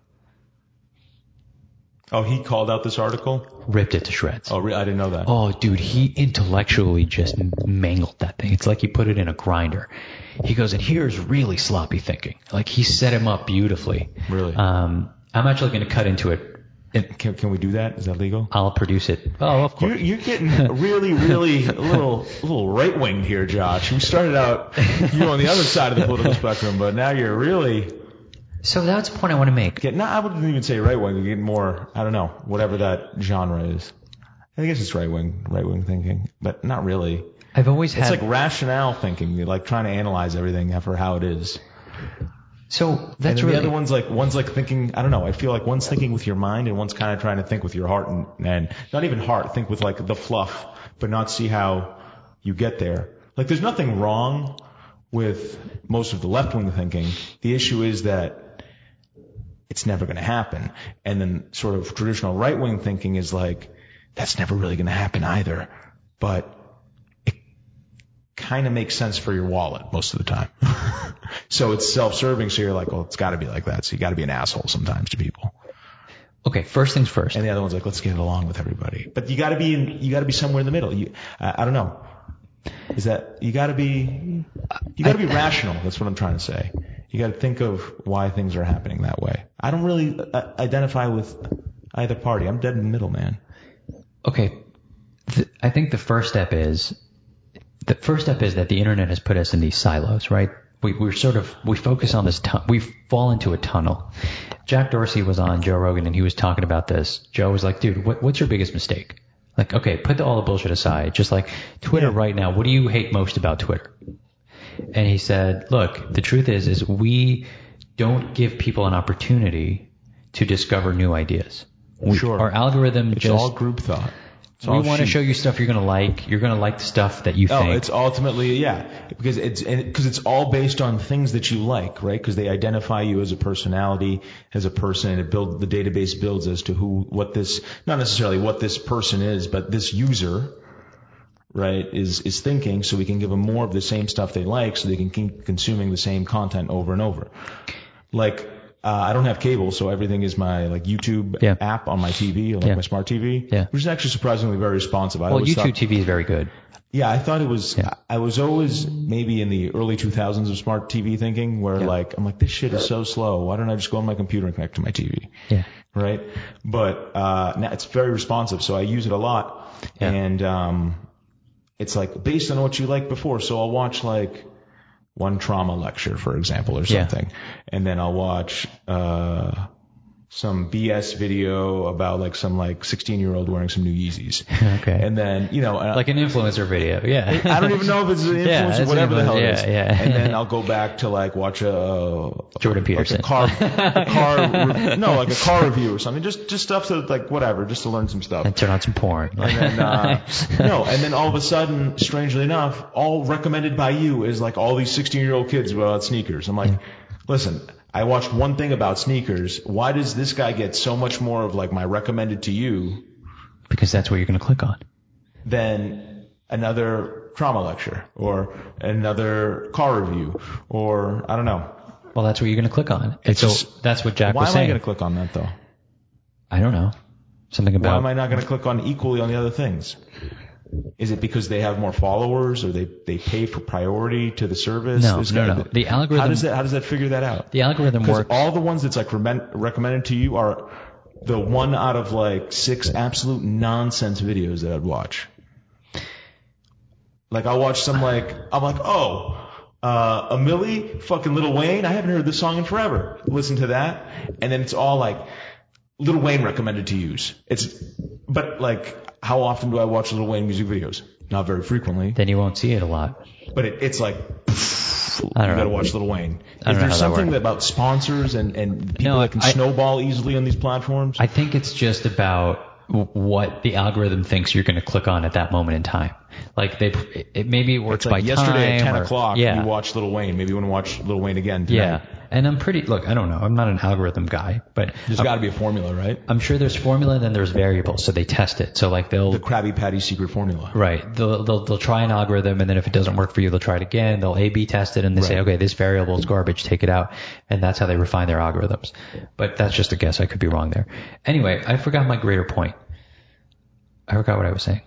[SPEAKER 1] Oh, he called out this article.
[SPEAKER 2] Ripped it to shreds.
[SPEAKER 1] Oh, re- I didn't know that.
[SPEAKER 2] Oh, dude, he intellectually just mangled that thing. It's like he put it in a grinder. He goes, and here's really sloppy thinking. Like he set him up beautifully.
[SPEAKER 1] Really?
[SPEAKER 2] Um, I'm actually going to cut into it. And
[SPEAKER 1] Can, can we do that? Is that legal?
[SPEAKER 2] I'll produce it. Oh, of
[SPEAKER 1] You're,
[SPEAKER 2] course.
[SPEAKER 1] you're getting really, really a little, a little right wing here, Josh. We started out you on the other side of the political spectrum, but now you're really
[SPEAKER 2] So that's the point I want to make.
[SPEAKER 1] getting. No, I wouldn't even say right wing. You're getting more. I don't know, whatever that genre is. I guess it's right wing, right wing thinking, but not really.
[SPEAKER 2] I've always
[SPEAKER 1] It's
[SPEAKER 2] had.
[SPEAKER 1] like rationale thinking. You're like trying to analyze everything for how it is.
[SPEAKER 2] so
[SPEAKER 1] And
[SPEAKER 2] that's
[SPEAKER 1] then
[SPEAKER 2] really.
[SPEAKER 1] the other one's like one's like thinking. I don't know. I feel like one's thinking with your mind, and one's kind of trying to think with your heart, and, and not even heart. Think with like the fluff, but not see how you get there. Like there's nothing wrong with most of the left wing thinking. The issue is that it's never going to happen. And then sort of traditional right wing thinking is like that's never really going to happen either. But kind of makes sense for your wallet most of the time. so it's self-serving. So you're like, well, it's got to be like that. So you got to be an asshole sometimes to people.
[SPEAKER 2] okay, first things first.
[SPEAKER 1] And the other one's like, let's get along with everybody. But you got to be in, you got to be somewhere in the middle. You, I, I don't know. Is that you got to be you got to be rational. That's what I'm trying to say. You got to think of why things are happening that way. I don't really uh, identify with either party. I'm dead in the middle, man.
[SPEAKER 2] Okay. Th I think the first step is the first step is that the internet has put us in these silos, right? We, we're sort of we focus on this. Tu- we fall into a tunnel. Jack Dorsey was on Joe Rogan and he was talking about this. Joe was like, "Dude, what, what's your biggest mistake?" Like, okay, put the, all the bullshit aside. Just like Twitter right now, what do you hate most about Twitter? And he said, "Look, the truth is, is we don't give people an opportunity to discover new ideas. We,
[SPEAKER 1] Sure.
[SPEAKER 2] Our algorithm
[SPEAKER 1] It's
[SPEAKER 2] just
[SPEAKER 1] all group thought. It's
[SPEAKER 2] we
[SPEAKER 1] all
[SPEAKER 2] want to
[SPEAKER 1] sheep.
[SPEAKER 2] show you stuff you're gonna like. You're gonna like the stuff that you
[SPEAKER 1] Oh,
[SPEAKER 2] think.
[SPEAKER 1] it's ultimately yeah, because it's because it's all based on things that you like, right? Because they identify you as a personality, as a person, and it build the database builds as to who, what this, not necessarily what this person is, but this user, right, is is thinking. So we can give them more of the same stuff they like, so they can keep consuming the same content over and over. Like. Uh, I don't have cable, so everything is my like YouTube
[SPEAKER 2] Yeah.
[SPEAKER 1] app on my TV, like
[SPEAKER 2] Yeah.
[SPEAKER 1] my smart TV,
[SPEAKER 2] Yeah.
[SPEAKER 1] which is actually surprisingly very responsive. I
[SPEAKER 2] well,
[SPEAKER 1] always
[SPEAKER 2] YouTube
[SPEAKER 1] thought-
[SPEAKER 2] TV is very good.
[SPEAKER 1] yeah, I thought it was.
[SPEAKER 2] Yeah.
[SPEAKER 1] I I was always maybe in the early 2000s of smart TV thinking, where like I'm like, this shit is so slow. Why don't I just go on my computer and connect to my TV,
[SPEAKER 2] Yeah.
[SPEAKER 1] right? But uh, now it's very responsive, so I use it a lot,
[SPEAKER 2] Yeah.
[SPEAKER 1] and um, it's like based on what you liked before. So I'll watch like one trauma lecture, for example, or
[SPEAKER 2] Yeah.
[SPEAKER 1] something, and then I'll watch. Uh, some BS video about like some like 16 year old wearing some new Yeezys.
[SPEAKER 2] Okay.
[SPEAKER 1] And then, you know, and I-
[SPEAKER 2] Like an influencer video. Yeah.
[SPEAKER 1] I don't even know if it's an
[SPEAKER 2] Yeah,
[SPEAKER 1] influence
[SPEAKER 2] it's
[SPEAKER 1] or
[SPEAKER 2] an
[SPEAKER 1] whatever the hell it
[SPEAKER 2] influence.
[SPEAKER 1] is.
[SPEAKER 2] Yeah, yeah.
[SPEAKER 1] And then I'll go back to like watch a, a
[SPEAKER 2] Jordan
[SPEAKER 1] like a
[SPEAKER 2] Peterson.
[SPEAKER 1] car, a car, re- no, like a car review or something. Just just stuff to like whatever, just to learn some stuff.
[SPEAKER 2] and turn on some porn.
[SPEAKER 1] And, uh, no, and then all of a sudden, strangely enough, all recommended by you is like all these 16 year old kids about sneakers. I'm like,
[SPEAKER 2] Hmm.
[SPEAKER 1] listen, I watched one thing about sneakers. Why does this guy get so much more of like my recommended to you
[SPEAKER 2] because that's what you're gonna click on.
[SPEAKER 1] than another trauma lecture or another car review or I don't know.
[SPEAKER 2] Well, that's what you're gonna click on. And
[SPEAKER 1] It's
[SPEAKER 2] so
[SPEAKER 1] just-
[SPEAKER 2] that's what Jack
[SPEAKER 1] Why
[SPEAKER 2] was
[SPEAKER 1] am I
[SPEAKER 2] saying.
[SPEAKER 1] going to click on that though?
[SPEAKER 2] I don't know. Something
[SPEAKER 1] Why
[SPEAKER 2] about
[SPEAKER 1] am I not going to click on equally on the other things? Is it because they have more followers or they, they pay for priority to the service?
[SPEAKER 2] No,
[SPEAKER 1] Is
[SPEAKER 2] no,
[SPEAKER 1] that-
[SPEAKER 2] no. The algorithm-
[SPEAKER 1] How does that, how does that figure that out?
[SPEAKER 2] the algorithm
[SPEAKER 1] Because
[SPEAKER 2] works.
[SPEAKER 1] all the ones that's like remen- recommended to you are the one out of like six absolute nonsense videos that I'd watch. Like I'll watch some like I'm like oh. Uh, Amelie, fucking Little Wayne. I haven't heard this song in forever. Listen to that, and then it's all like Little Wayne recommended to use. It's, but like, how often do I watch Little Wayne music videos? Not very frequently.
[SPEAKER 2] then you won't see it a lot.
[SPEAKER 1] But it, it's like, you
[SPEAKER 2] I don't
[SPEAKER 1] gotta
[SPEAKER 2] know.
[SPEAKER 1] watch Little Wayne.
[SPEAKER 2] don't
[SPEAKER 1] Is
[SPEAKER 2] know
[SPEAKER 1] there
[SPEAKER 2] how that
[SPEAKER 1] something
[SPEAKER 2] works.
[SPEAKER 1] about sponsors and, and people
[SPEAKER 2] No,
[SPEAKER 1] that can
[SPEAKER 2] I-
[SPEAKER 1] snowball easily on these platforms?
[SPEAKER 2] I think it's just about w- what the algorithm thinks you're going to click on at that moment in time. Like they, it maybe it works
[SPEAKER 1] it's like
[SPEAKER 2] by
[SPEAKER 1] yesterday at
[SPEAKER 2] time
[SPEAKER 1] 10
[SPEAKER 2] or-
[SPEAKER 1] o'clock,
[SPEAKER 2] Yeah,
[SPEAKER 1] you watched Little Wayne. Maybe you want to watch Little Wayne again tonight.
[SPEAKER 2] yeah. And I'm pretty. Look, I don't know. I'm not an algorithm guy, but
[SPEAKER 1] There's gotta be a formula, right?
[SPEAKER 2] I'm sure there's formula and then there's variables. So they test it. So like they'll
[SPEAKER 1] The Krabby Patty secret formula.
[SPEAKER 2] Right. They'll, they'll, they'll try an algorithm, and then if it doesn't work for you, they'll try it again. They'll A/B test it, and they say,
[SPEAKER 1] Right.
[SPEAKER 2] okay, this variable is garbage, take it out, and that's how they refine their algorithms. But that's just a guess. I could be wrong there. Anyway, I forgot my greater point. I forgot what I was saying.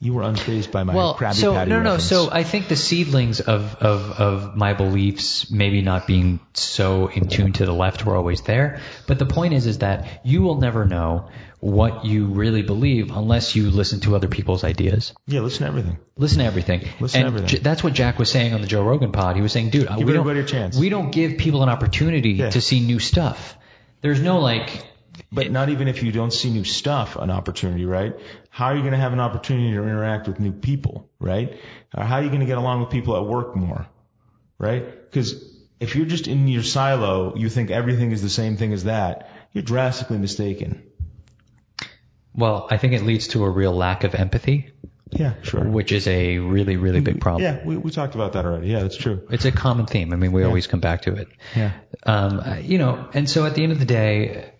[SPEAKER 1] You were unfazed by my Krabby
[SPEAKER 2] so
[SPEAKER 1] Patty
[SPEAKER 2] no, no.
[SPEAKER 1] reference.
[SPEAKER 2] So I think the seedlings of, of of my beliefs maybe not being so in tune to the left were always there. But the point is, is that you will never know what you really believe unless you listen to other people's ideas.
[SPEAKER 1] Yeah, listen to everything.
[SPEAKER 2] Listen to everything.
[SPEAKER 1] Listen to
[SPEAKER 2] And
[SPEAKER 1] everything.
[SPEAKER 2] J- that's what Jack was saying on the Joe Rogan pod. He was saying, dude, we don't,
[SPEAKER 1] everybody a chance.
[SPEAKER 2] we don't give people an opportunity to see new stuff. There's no like,
[SPEAKER 1] But not even if you don't see new stuff, an opportunity, right? How are you going to have an opportunity to interact with new people, right? Or how are you going to get along with people at work more, right? Because if you're just in your silo, you think everything is the same thing as that, you're drastically mistaken.
[SPEAKER 2] well, I think it leads to a real lack of empathy,
[SPEAKER 1] Yeah, sure.
[SPEAKER 2] which is a really, really
[SPEAKER 1] Mm,
[SPEAKER 2] big problem.
[SPEAKER 1] Yeah, we, we talked about that already. Yeah, that's true.
[SPEAKER 2] It's a common theme. I mean, we always come back to it.
[SPEAKER 1] Yeah.
[SPEAKER 2] Um, I- you know, and so at the end of the day,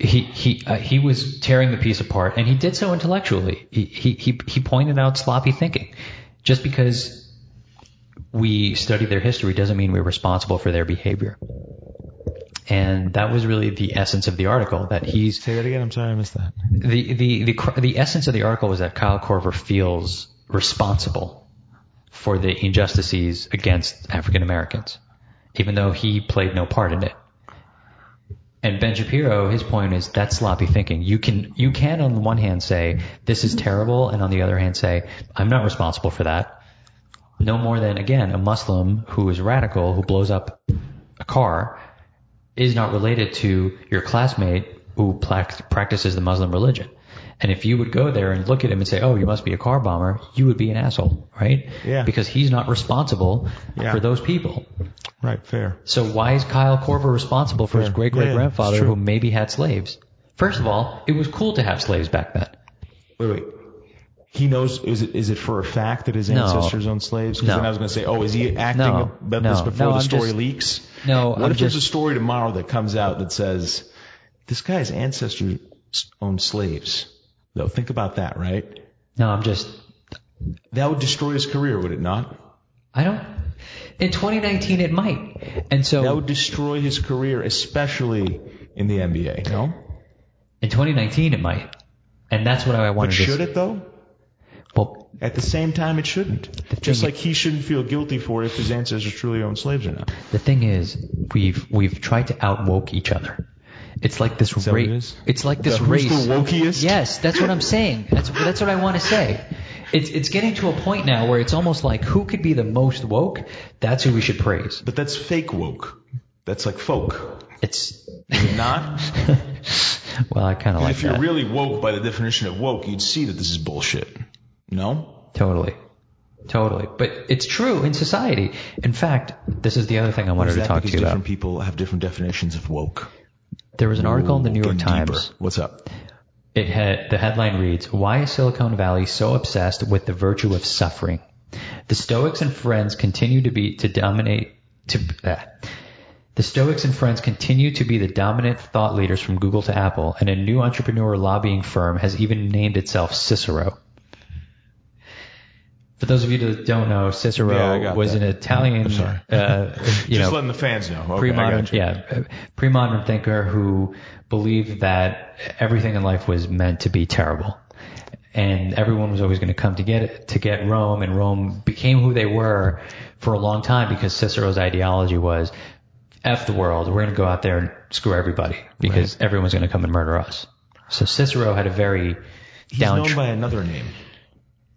[SPEAKER 2] he he uh, he was tearing the piece apart, and he did so intellectually. He he he, he pointed out sloppy thinking. Just because we study their history doesn't mean we're responsible for their behavior. And that was really the essence of the article that he's
[SPEAKER 1] Say that again. I'm sorry I missed that.
[SPEAKER 2] the the the cr- the essence of the article was that Kyle Corver feels responsible for the injustices against African Americans, even though he played no part in it. And Ben Shapiro, his point is that's sloppy thinking. You can you can on the one hand say this is terrible, and on the other hand say I'm not responsible for that. No more than again a Muslim who is radical who blows up a car is not related to your classmate who pla- practices the Muslim religion. And if you would go there and look at him and say, "Oh, you must be a car bomber," you would be an asshole, right?
[SPEAKER 1] Yeah.
[SPEAKER 2] Because he's not responsible
[SPEAKER 1] Yeah.
[SPEAKER 2] for those people.
[SPEAKER 1] Right, fair.
[SPEAKER 2] So why is Kyle Corver responsible for his
[SPEAKER 1] Fair.
[SPEAKER 2] great
[SPEAKER 1] Yeah, yeah,
[SPEAKER 2] great grandfather
[SPEAKER 1] it's true.
[SPEAKER 2] who maybe had slaves? First of all, it was cool to have slaves back then.
[SPEAKER 1] Wait, wait. He knows. Is it is it for a fact that his ancestors owned slaves? 'Cause
[SPEAKER 2] No.
[SPEAKER 1] then I was going to say, oh, is he acting
[SPEAKER 2] No.
[SPEAKER 1] about
[SPEAKER 2] No.
[SPEAKER 1] this before
[SPEAKER 2] No,
[SPEAKER 1] the
[SPEAKER 2] I'm
[SPEAKER 1] story
[SPEAKER 2] just-
[SPEAKER 1] leaks?
[SPEAKER 2] No,
[SPEAKER 1] What
[SPEAKER 2] I'm
[SPEAKER 1] if
[SPEAKER 2] just
[SPEAKER 1] there's a story tomorrow that comes out that says this guy's ancestors owned slaves? Though, think about that, right?
[SPEAKER 2] no, I'm just
[SPEAKER 1] That would destroy his career, would it not?
[SPEAKER 2] I don't. In 2019, it might, and so
[SPEAKER 1] That would destroy his career, especially in the NBA. No,
[SPEAKER 2] in 2019 it might, and that's what I wanted
[SPEAKER 1] but
[SPEAKER 2] to.
[SPEAKER 1] should it though?
[SPEAKER 2] Well,
[SPEAKER 1] At the same time, it shouldn't. Just like he shouldn't feel guilty for if his ancestors truly owned slaves or not.
[SPEAKER 2] The thing is, we've we've tried to outwoke each other. It's like this
[SPEAKER 1] that what it
[SPEAKER 2] race.
[SPEAKER 1] is?
[SPEAKER 2] It's like this
[SPEAKER 1] The- who's
[SPEAKER 2] race.
[SPEAKER 1] the wokiest?
[SPEAKER 2] Yes, that's what I'm saying. That's that's what I want to say. It's it's getting to a point now where it's almost like who could be the most woke? That's who we should praise.
[SPEAKER 1] But that's fake woke. That's like folk.
[SPEAKER 2] It's
[SPEAKER 1] Is it not?
[SPEAKER 2] well, I kind of like
[SPEAKER 1] if you're
[SPEAKER 2] that.
[SPEAKER 1] really woke by the definition of woke, you'd see that this is bullshit. No?
[SPEAKER 2] totally, totally. But it's true in society. In fact, this is the other thing I wanted
[SPEAKER 1] Is
[SPEAKER 2] to
[SPEAKER 1] that
[SPEAKER 2] talk
[SPEAKER 1] because
[SPEAKER 2] to you
[SPEAKER 1] different
[SPEAKER 2] about.
[SPEAKER 1] people have different definitions of woke?
[SPEAKER 2] There was an article in the New York
[SPEAKER 1] Getting deeper.
[SPEAKER 2] Times.
[SPEAKER 1] What's up?
[SPEAKER 2] It had the headline reads, "Why is Silicon Valley so obsessed with the virtue of suffering?" The Stoics and friends continue to be to dominate to uh, the Stoics and friends continue to be the dominant thought leaders from Google to Apple, and a new entrepreneur lobbying firm has even named itself Cicero. For those of you that don't know, Cicero
[SPEAKER 1] Yeah, I got
[SPEAKER 2] was
[SPEAKER 1] that.
[SPEAKER 2] an Italian,
[SPEAKER 1] I'm sorry.
[SPEAKER 2] uh, you
[SPEAKER 1] Just
[SPEAKER 2] know,
[SPEAKER 1] letting the fans know. Okay, I
[SPEAKER 2] pre-modern,
[SPEAKER 1] got you.
[SPEAKER 2] yeah, uh, pre-modern thinker who believed that everything in life was meant to be terrible, and everyone was always going to come to get it, to get Rome, and Rome became who they were for a long time because Cicero's ideology was, "F the world, we're going to go out there and screw everybody because everyone's going to come and murder us." So Cicero had a very
[SPEAKER 1] He's
[SPEAKER 2] down
[SPEAKER 1] known by another name.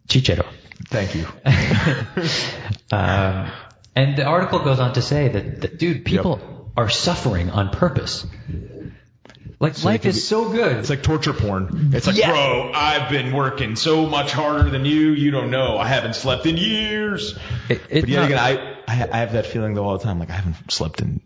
[SPEAKER 2] Chichero.
[SPEAKER 1] Thank you.
[SPEAKER 2] Um, and the article goes on to say that, that dude, people are suffering on purpose. Like life is so good.
[SPEAKER 1] It's like torture porn. It's like,
[SPEAKER 2] Yeah.
[SPEAKER 1] bro, I've been working so much harder than you. You don't know. I haven't slept in years.
[SPEAKER 2] It- it's
[SPEAKER 1] but yet
[SPEAKER 2] not-
[SPEAKER 1] again, I, I I have that feeling though all the time. Like I haven't slept in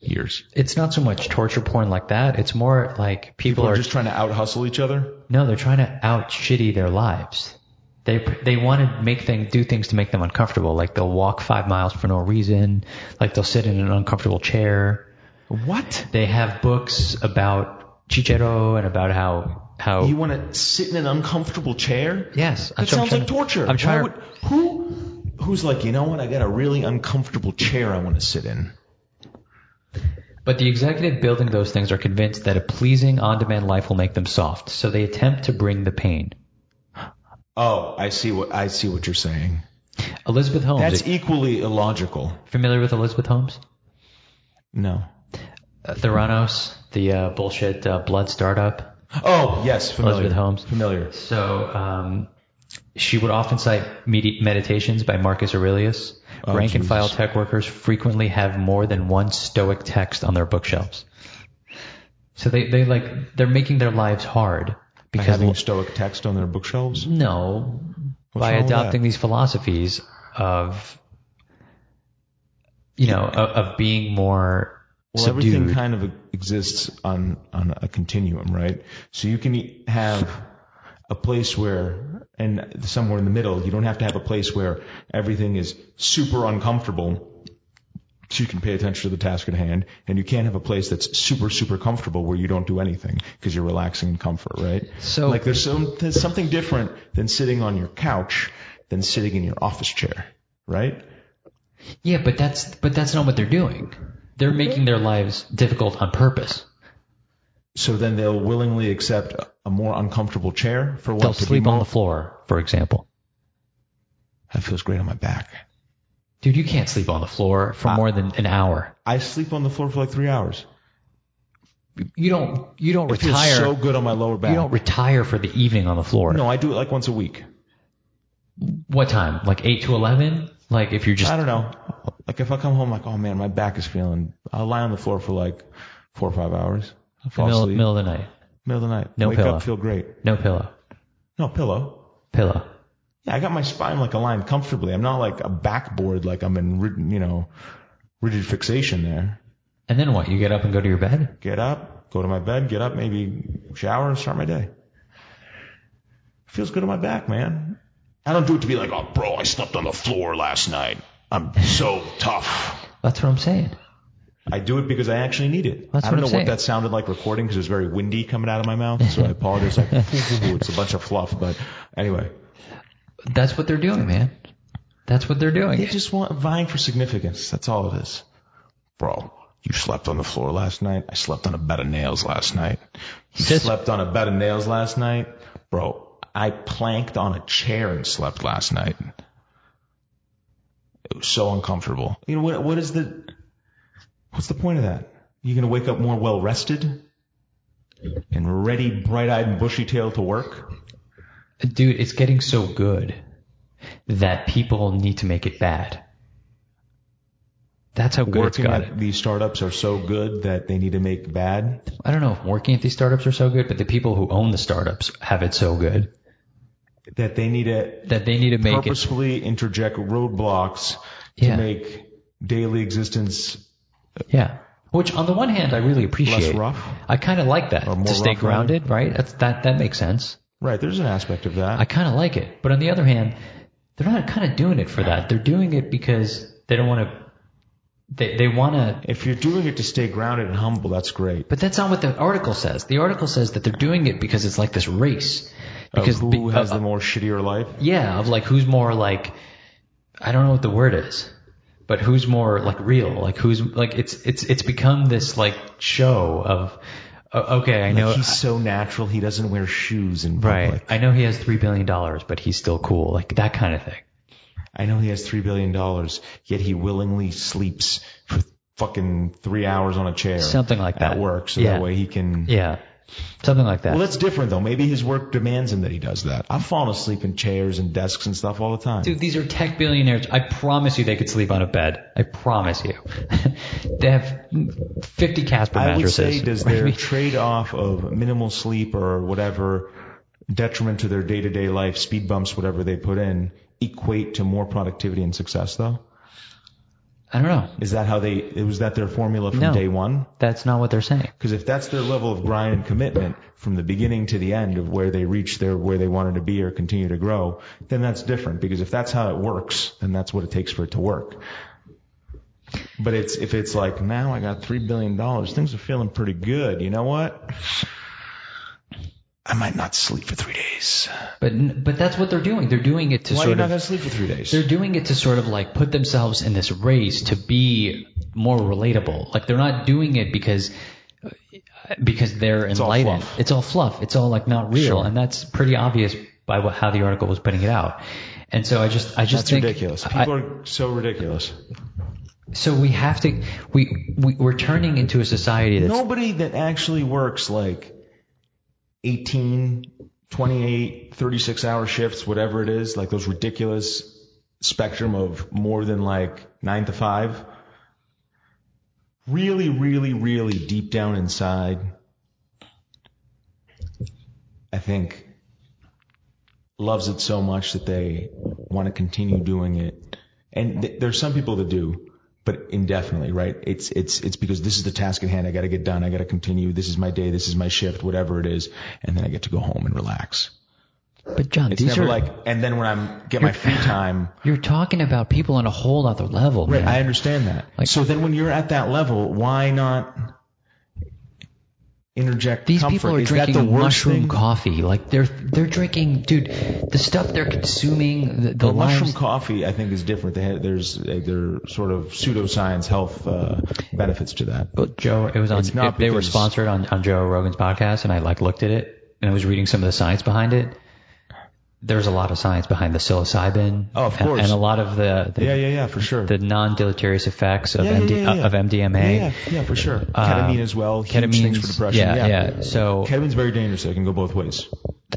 [SPEAKER 1] years.
[SPEAKER 2] it's not so much torture porn like that. It's more like people,
[SPEAKER 1] People are
[SPEAKER 2] are
[SPEAKER 1] just trying to out hustle each other.
[SPEAKER 2] no, they're trying to out shitty their lives. They they want to make things do things to make them uncomfortable. Like they'll walk five miles for no reason. Like they'll sit in an uncomfortable chair.
[SPEAKER 1] What?
[SPEAKER 2] They have books about Chichero and about how how
[SPEAKER 1] You want to sit in an uncomfortable chair?
[SPEAKER 2] yes. I'm
[SPEAKER 1] That
[SPEAKER 2] tr-
[SPEAKER 1] sounds
[SPEAKER 2] I'm trying
[SPEAKER 1] like
[SPEAKER 2] to-
[SPEAKER 1] torture.
[SPEAKER 2] I'm trying.
[SPEAKER 1] Why
[SPEAKER 2] to,
[SPEAKER 1] would- who who's like, you know what? I got a really uncomfortable chair I want to sit in.
[SPEAKER 2] But the executive building those things are convinced that a pleasing on-demand life will make them soft, so they attempt to bring the pain.
[SPEAKER 1] Oh, I see what I see what you're saying.
[SPEAKER 2] Elizabeth Holmes,
[SPEAKER 1] That's
[SPEAKER 2] are you
[SPEAKER 1] equally illogical.
[SPEAKER 2] familiar with Elizabeth Holmes?
[SPEAKER 1] No.
[SPEAKER 2] Uh, Theranos, the uh, bullshit uh, blood startup.
[SPEAKER 1] Oh, yes, familiar.
[SPEAKER 2] Elizabeth Holmes.
[SPEAKER 1] Familiar.
[SPEAKER 2] So um, she would often cite medi- meditations by Marcus Aurelius.
[SPEAKER 1] Oh,
[SPEAKER 2] Rank and file
[SPEAKER 1] Jesus.
[SPEAKER 2] tech workers frequently have more than one Stoic text on their bookshelves. So they, they like they're making their lives hard
[SPEAKER 1] By
[SPEAKER 2] because
[SPEAKER 1] having Stoic text on their bookshelves.
[SPEAKER 2] No, by
[SPEAKER 1] wrong with
[SPEAKER 2] adopting
[SPEAKER 1] that?
[SPEAKER 2] these philosophies of, you know, of, of being more
[SPEAKER 1] Well, everything
[SPEAKER 2] subdued.
[SPEAKER 1] kind of exists on on a continuum, right? So you can e- have a place where, and somewhere in the middle, you don't have to have a place where everything is super uncomfortable. So you can pay attention to the task at hand, and you can't have a place that's super, super comfortable where you don't do anything because you're relaxing in comfort, right?
[SPEAKER 2] So-
[SPEAKER 1] like there's some there's something different than sitting on your couch than sitting in your office chair, right?
[SPEAKER 2] yeah, but that's but that's not what they're doing. They're making their lives difficult on purpose.
[SPEAKER 1] So then they'll willingly accept a more uncomfortable chair for what
[SPEAKER 2] They'll
[SPEAKER 1] to be
[SPEAKER 2] sleep
[SPEAKER 1] more
[SPEAKER 2] on the floor, for example.
[SPEAKER 1] That feels great on my back.
[SPEAKER 2] Dude, you can't sleep on the floor for more than an hour.
[SPEAKER 1] I sleep on the floor for like three hours.
[SPEAKER 2] You don't you don't
[SPEAKER 1] It feels
[SPEAKER 2] retire.
[SPEAKER 1] so good on my lower back.
[SPEAKER 2] you don't retire for the evening on the floor.
[SPEAKER 1] no, I do it like once a week.
[SPEAKER 2] What time? Like eight to eleven? Like if you're just
[SPEAKER 1] I don't know. Like if I come home, like oh man, my back is feeling. I'll lie on the floor for like four or five hours. I'll fall
[SPEAKER 2] middle,
[SPEAKER 1] asleep.
[SPEAKER 2] middle of the night,
[SPEAKER 1] Middle of the night.
[SPEAKER 2] No
[SPEAKER 1] Wake
[SPEAKER 2] pillow.
[SPEAKER 1] up, feel great.
[SPEAKER 2] no pillow,
[SPEAKER 1] No pillow.
[SPEAKER 2] pillow.
[SPEAKER 1] Yeah, I got my spine like aligned comfortably. I'm not like a backboard like I'm in rid- you know rigid fixation there.
[SPEAKER 2] And then what? You get up and go to your bed?
[SPEAKER 1] Get up, go to my bed, get up, maybe shower and start my day. Feels good on my back, man. I don't do it to be like, oh, bro, I slept on the floor last night. I'm so tough.
[SPEAKER 2] That's what I'm saying.
[SPEAKER 1] I do it because I actually need it.
[SPEAKER 2] That's
[SPEAKER 1] I don't
[SPEAKER 2] what
[SPEAKER 1] know
[SPEAKER 2] I'm saying.
[SPEAKER 1] what that sounded like recording because it was very windy coming out of my mouth. So I apologize. Like, it's a bunch of fluff, but anyway,
[SPEAKER 2] That's what they're doing, man. That's what they're doing.
[SPEAKER 1] they just want vying for significance. That's all it is, bro. You slept on the floor last night. I slept on a bed of nails last night. You
[SPEAKER 2] Sis-
[SPEAKER 1] slept on a bed of nails last night, bro. I planked on a chair and slept last night. It was so uncomfortable. You know what? What is the? What's the point of that? You're gonna wake up more well rested and ready, bright eyed and bushy tailed to work.
[SPEAKER 2] Dude, it's getting so good that people need to make it bad. That's how good it's
[SPEAKER 1] Working
[SPEAKER 2] got
[SPEAKER 1] at
[SPEAKER 2] it.
[SPEAKER 1] these startups are so good that they need to make bad.
[SPEAKER 2] I don't know if working at these startups are so good, but the people who own the startups have it so good
[SPEAKER 1] That they need to
[SPEAKER 2] that they need to make it.
[SPEAKER 1] purposefully interject roadblocks
[SPEAKER 2] Yeah.
[SPEAKER 1] to make daily existence
[SPEAKER 2] Yeah. Which on the one hand, I really appreciate.
[SPEAKER 1] less rough.
[SPEAKER 2] I kind of like that
[SPEAKER 1] more
[SPEAKER 2] to stay
[SPEAKER 1] rough, rather.
[SPEAKER 2] grounded, right? That's, that that makes sense.
[SPEAKER 1] Right, there's an aspect of that.
[SPEAKER 2] I kind of like it. But on the other hand, they're not kind of doing it for that. They're doing it because they don't want to. They they want to.
[SPEAKER 1] if you're doing it to stay grounded and humble, that's great.
[SPEAKER 2] But that's not what the article says. The article says that they're doing it because it's like this race
[SPEAKER 1] Because
[SPEAKER 2] Because
[SPEAKER 1] who
[SPEAKER 2] be-
[SPEAKER 1] has
[SPEAKER 2] uh,
[SPEAKER 1] the more shittier life?
[SPEAKER 2] Yeah, of like who's more like I don't know what the word is, but who's more like real? Like who's like it's it's it's become this like show of o- okay, I know
[SPEAKER 1] He's so natural. He doesn't wear shoes in public.
[SPEAKER 2] right. I know he has 3 billion dollars, but he's still cool. Like that kind of thing.
[SPEAKER 1] I know he has three billion dollars, yet he willingly sleeps for fucking three hours on a chair.
[SPEAKER 2] Something like that.
[SPEAKER 1] At work, so
[SPEAKER 2] Yeah.
[SPEAKER 1] that way he can.
[SPEAKER 2] Yeah. Something like that.
[SPEAKER 1] Well, that's different though. Maybe his work demands him that he does that. I'm falling asleep in chairs and desks and stuff all the time.
[SPEAKER 2] Dude, these are tech billionaires. I promise you they could sleep on a bed. I promise you. they have 50 Casper
[SPEAKER 1] I would
[SPEAKER 2] mattresses.
[SPEAKER 1] say, does their trade-off of minimal sleep or whatever detriment to their day-to-day life, speed bumps, whatever they put in, equate to more productivity and success though?
[SPEAKER 2] I don't know.
[SPEAKER 1] Is that how they? Was that their formula from
[SPEAKER 2] No.
[SPEAKER 1] day one?
[SPEAKER 2] That's not what they're saying.
[SPEAKER 1] Because if that's their level of grind and commitment from the beginning to the end of where they reach their where they wanted to be or continue to grow, then that's different. Because if that's how it works, then that's what it takes for it to work. But it's if it's like now I got three billion dollars, things are feeling pretty good. You know what? I might not sleep for three days.
[SPEAKER 2] But n- but that's what they're doing. They're doing it to
[SPEAKER 1] Why are you
[SPEAKER 2] sort
[SPEAKER 1] not
[SPEAKER 2] of
[SPEAKER 1] gonna sleep for three days?
[SPEAKER 2] they're doing it to sort of like put themselves in this race to be more relatable. Like they're not doing it because because they're
[SPEAKER 1] all
[SPEAKER 2] enlightened.
[SPEAKER 1] fluff.
[SPEAKER 2] It's all fluff. It's all like not real,
[SPEAKER 1] Sure.
[SPEAKER 2] and that's pretty obvious by what, how the article was putting it out. And so I just I just
[SPEAKER 1] That's
[SPEAKER 2] think
[SPEAKER 1] ridiculous.
[SPEAKER 2] I-
[SPEAKER 1] People are so ridiculous.
[SPEAKER 2] so we have to we, we we're turning into a society that's
[SPEAKER 1] Nobody that actually works like 18, 28, 36 hour shifts, whatever it is, like those ridiculous spectrum of more than like nine to five, really, really, really deep down inside, I think loves it so much that they want to continue doing it. And th- there's some people that do, but indefinitely, right? It's it's it's because this is the task at hand. I got to get done. I got to continue. This is my day. This is my shift. Whatever it is, and then I get to go home and relax.
[SPEAKER 2] but John
[SPEAKER 1] It's
[SPEAKER 2] these
[SPEAKER 1] never
[SPEAKER 2] are
[SPEAKER 1] like. And then when I'm get my free time,
[SPEAKER 2] you're talking about people on a whole other level, man.
[SPEAKER 1] I understand that.
[SPEAKER 2] Like-
[SPEAKER 1] so then when you're at that level, why not interject
[SPEAKER 2] These
[SPEAKER 1] comfort?
[SPEAKER 2] people are
[SPEAKER 1] Is
[SPEAKER 2] drinking
[SPEAKER 1] that the worst
[SPEAKER 2] mushroom
[SPEAKER 1] thing?
[SPEAKER 2] coffee. Like they're they're drinking, dude. The stuff they're consuming, the, the
[SPEAKER 1] Well, mushroom
[SPEAKER 2] limes-
[SPEAKER 1] coffee, I think, is different. They have, there's uh, there are sort of pseudoscience health uh, benefits to that.
[SPEAKER 2] Well, Joe, it was on.
[SPEAKER 1] It's not
[SPEAKER 2] it- they were
[SPEAKER 1] because-
[SPEAKER 2] sponsored on, on Joe Rogan's podcast, and I like looked at it and I was reading some of the science behind it. There's a lot of science behind the psilocybin.
[SPEAKER 1] Oh, of
[SPEAKER 2] and-
[SPEAKER 1] course.
[SPEAKER 2] And, a lot of the the,
[SPEAKER 1] Yeah, yeah, yeah, for sure.
[SPEAKER 2] the non-deleterious effects of
[SPEAKER 1] yeah,
[SPEAKER 2] MD,
[SPEAKER 1] yeah, yeah.
[SPEAKER 2] of MDMA.
[SPEAKER 1] yeah, yeah, yeah, for sure.
[SPEAKER 2] Um,
[SPEAKER 1] ketamine as well. Huge
[SPEAKER 2] Ketamine
[SPEAKER 1] things for depression.
[SPEAKER 2] Yeah, yeah. So,
[SPEAKER 1] Ketamine's very dangerous. so It can go both ways.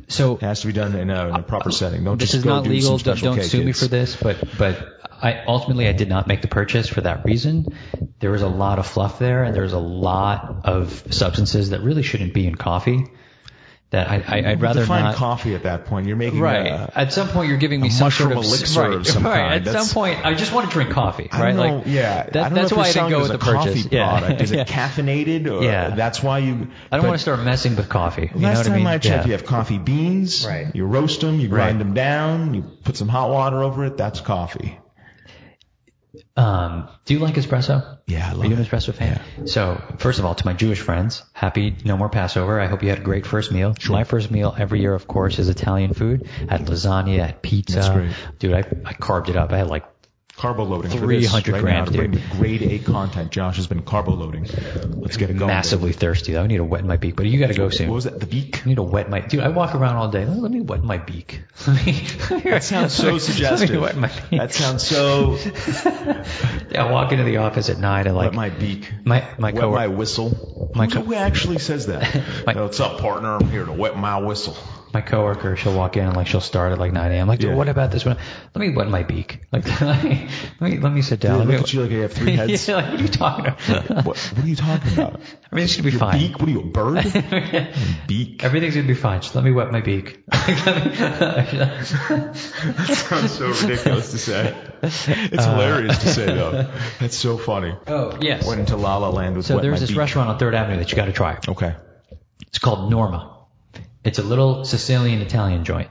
[SPEAKER 2] so
[SPEAKER 1] It has to be done in a, in a proper setting. Don't
[SPEAKER 2] Uh, this
[SPEAKER 1] just
[SPEAKER 2] is
[SPEAKER 1] go
[SPEAKER 2] not
[SPEAKER 1] do
[SPEAKER 2] legal.
[SPEAKER 1] Some
[SPEAKER 2] Don't,
[SPEAKER 1] special
[SPEAKER 2] don't
[SPEAKER 1] K
[SPEAKER 2] sue me
[SPEAKER 1] kids.
[SPEAKER 2] for this, but but I ultimately I did not make the purchase for that reason. There was a lot of fluff there, and there was a lot of substances that really shouldn't be in coffee. That I, I I'd rather
[SPEAKER 1] Define
[SPEAKER 2] not.
[SPEAKER 1] coffee at that point. You're making
[SPEAKER 2] Right.
[SPEAKER 1] a-
[SPEAKER 2] at some point, you're giving me some sort of
[SPEAKER 1] mushroom elixir
[SPEAKER 2] right,
[SPEAKER 1] of some
[SPEAKER 2] right.
[SPEAKER 1] kind.
[SPEAKER 2] At
[SPEAKER 1] That's-
[SPEAKER 2] some point, I just want to drink coffee.
[SPEAKER 1] I
[SPEAKER 2] Right.
[SPEAKER 1] don't know,
[SPEAKER 2] like
[SPEAKER 1] yeah,
[SPEAKER 2] that-
[SPEAKER 1] I don't
[SPEAKER 2] that's
[SPEAKER 1] know if
[SPEAKER 2] why
[SPEAKER 1] you're
[SPEAKER 2] I didn't
[SPEAKER 1] selling
[SPEAKER 2] go
[SPEAKER 1] it
[SPEAKER 2] with
[SPEAKER 1] as
[SPEAKER 2] the
[SPEAKER 1] a coffee
[SPEAKER 2] purchase. Yeah.
[SPEAKER 1] Product. Is
[SPEAKER 2] Yeah.
[SPEAKER 1] it caffeinated? Or
[SPEAKER 2] Yeah.
[SPEAKER 1] that's why you.
[SPEAKER 2] I don't
[SPEAKER 1] but
[SPEAKER 2] want to start messing with coffee. You know
[SPEAKER 1] Last
[SPEAKER 2] what
[SPEAKER 1] time
[SPEAKER 2] I mean?
[SPEAKER 1] I checked,
[SPEAKER 2] Yeah.
[SPEAKER 1] you have coffee beans.
[SPEAKER 2] Right.
[SPEAKER 1] You roast them, you grind
[SPEAKER 2] Right.
[SPEAKER 1] them down, you put some hot water over it. That's coffee.
[SPEAKER 2] Um, do you like espresso?
[SPEAKER 1] Yeah, I
[SPEAKER 2] Are
[SPEAKER 1] love
[SPEAKER 2] you an
[SPEAKER 1] it.
[SPEAKER 2] espresso fan? So, first of all, to my Jewish friends, happy no more Passover. I hope you had a great first meal. My first meal every year, of course, is Italian food. I had lasagna, I had pizza.
[SPEAKER 1] great.
[SPEAKER 2] Dude, I, I carved it up. I had like,
[SPEAKER 1] Carbo loading. for this
[SPEAKER 2] 300
[SPEAKER 1] right now
[SPEAKER 2] grams,
[SPEAKER 1] to bring
[SPEAKER 2] dude.
[SPEAKER 1] you grade A content. Josh has been carbo loading. Let's get it going.
[SPEAKER 2] massively thirsty. I need to wet my beak, but you got to go soon.
[SPEAKER 1] What was that? The beak.
[SPEAKER 2] I need to wet my dude. I walk around all day. Let, let me wet my beak. Let me, that
[SPEAKER 1] Sounds so
[SPEAKER 2] Let me
[SPEAKER 1] suggestive.
[SPEAKER 2] wet my beak.
[SPEAKER 1] That sounds so.
[SPEAKER 2] I walk into the office at night. I like
[SPEAKER 1] Wet my beak.
[SPEAKER 2] my my
[SPEAKER 1] Wet
[SPEAKER 2] coworker.
[SPEAKER 1] my whistle.
[SPEAKER 2] My
[SPEAKER 1] Who
[SPEAKER 2] co-
[SPEAKER 1] who actually says that?
[SPEAKER 2] My-
[SPEAKER 1] no, what's up, partner? I'm here to wet my whistle.
[SPEAKER 2] my coworker, she'll walk in and like she'll start at like 9 a.m. Like, dude,
[SPEAKER 1] Yeah.
[SPEAKER 2] what about this one? Let me wet my beak. Like, let me let me sit down.
[SPEAKER 1] Dude,
[SPEAKER 2] Let
[SPEAKER 1] look
[SPEAKER 2] me-
[SPEAKER 1] at you like you have three heads.
[SPEAKER 2] yeah, like, what are you talking about?
[SPEAKER 1] What, what are you talking about?
[SPEAKER 2] Everything should be
[SPEAKER 1] Your
[SPEAKER 2] fine.
[SPEAKER 1] beak? What are you, a bird? beak.
[SPEAKER 2] Everything's gonna be fine. Just let me wet my beak.
[SPEAKER 1] Sounds so ridiculous to say. It's hilarious to say though. That's so funny.
[SPEAKER 2] oh yes.
[SPEAKER 1] Went into La La Land with
[SPEAKER 2] So
[SPEAKER 1] wet
[SPEAKER 2] there's
[SPEAKER 1] my
[SPEAKER 2] this
[SPEAKER 1] beak.
[SPEAKER 2] restaurant on Third Avenue that you got to try.
[SPEAKER 1] Okay.
[SPEAKER 2] It's called Norma. It's a little Sicilian Italian joint.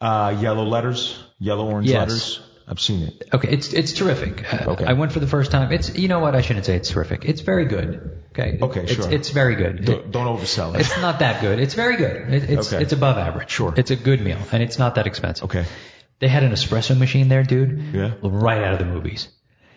[SPEAKER 1] Uh, yellow letters, yellow orange
[SPEAKER 2] Yes.
[SPEAKER 1] letters. I've seen it.
[SPEAKER 2] Okay, it's it's terrific. Uh,
[SPEAKER 1] Okay.
[SPEAKER 2] I went for the first time. It's you know what I shouldn't say it's terrific. It's very good. Okay.
[SPEAKER 1] Okay,
[SPEAKER 2] it's,
[SPEAKER 1] sure.
[SPEAKER 2] It's very good.
[SPEAKER 1] Don't, don't oversell it.
[SPEAKER 2] it's not that good. It's very good. It, it's
[SPEAKER 1] Okay.
[SPEAKER 2] it's above average.
[SPEAKER 1] Sure.
[SPEAKER 2] It's a good meal and it's not that expensive.
[SPEAKER 1] Okay.
[SPEAKER 2] They had an espresso machine there, dude.
[SPEAKER 1] Yeah.
[SPEAKER 2] Right out of the movies.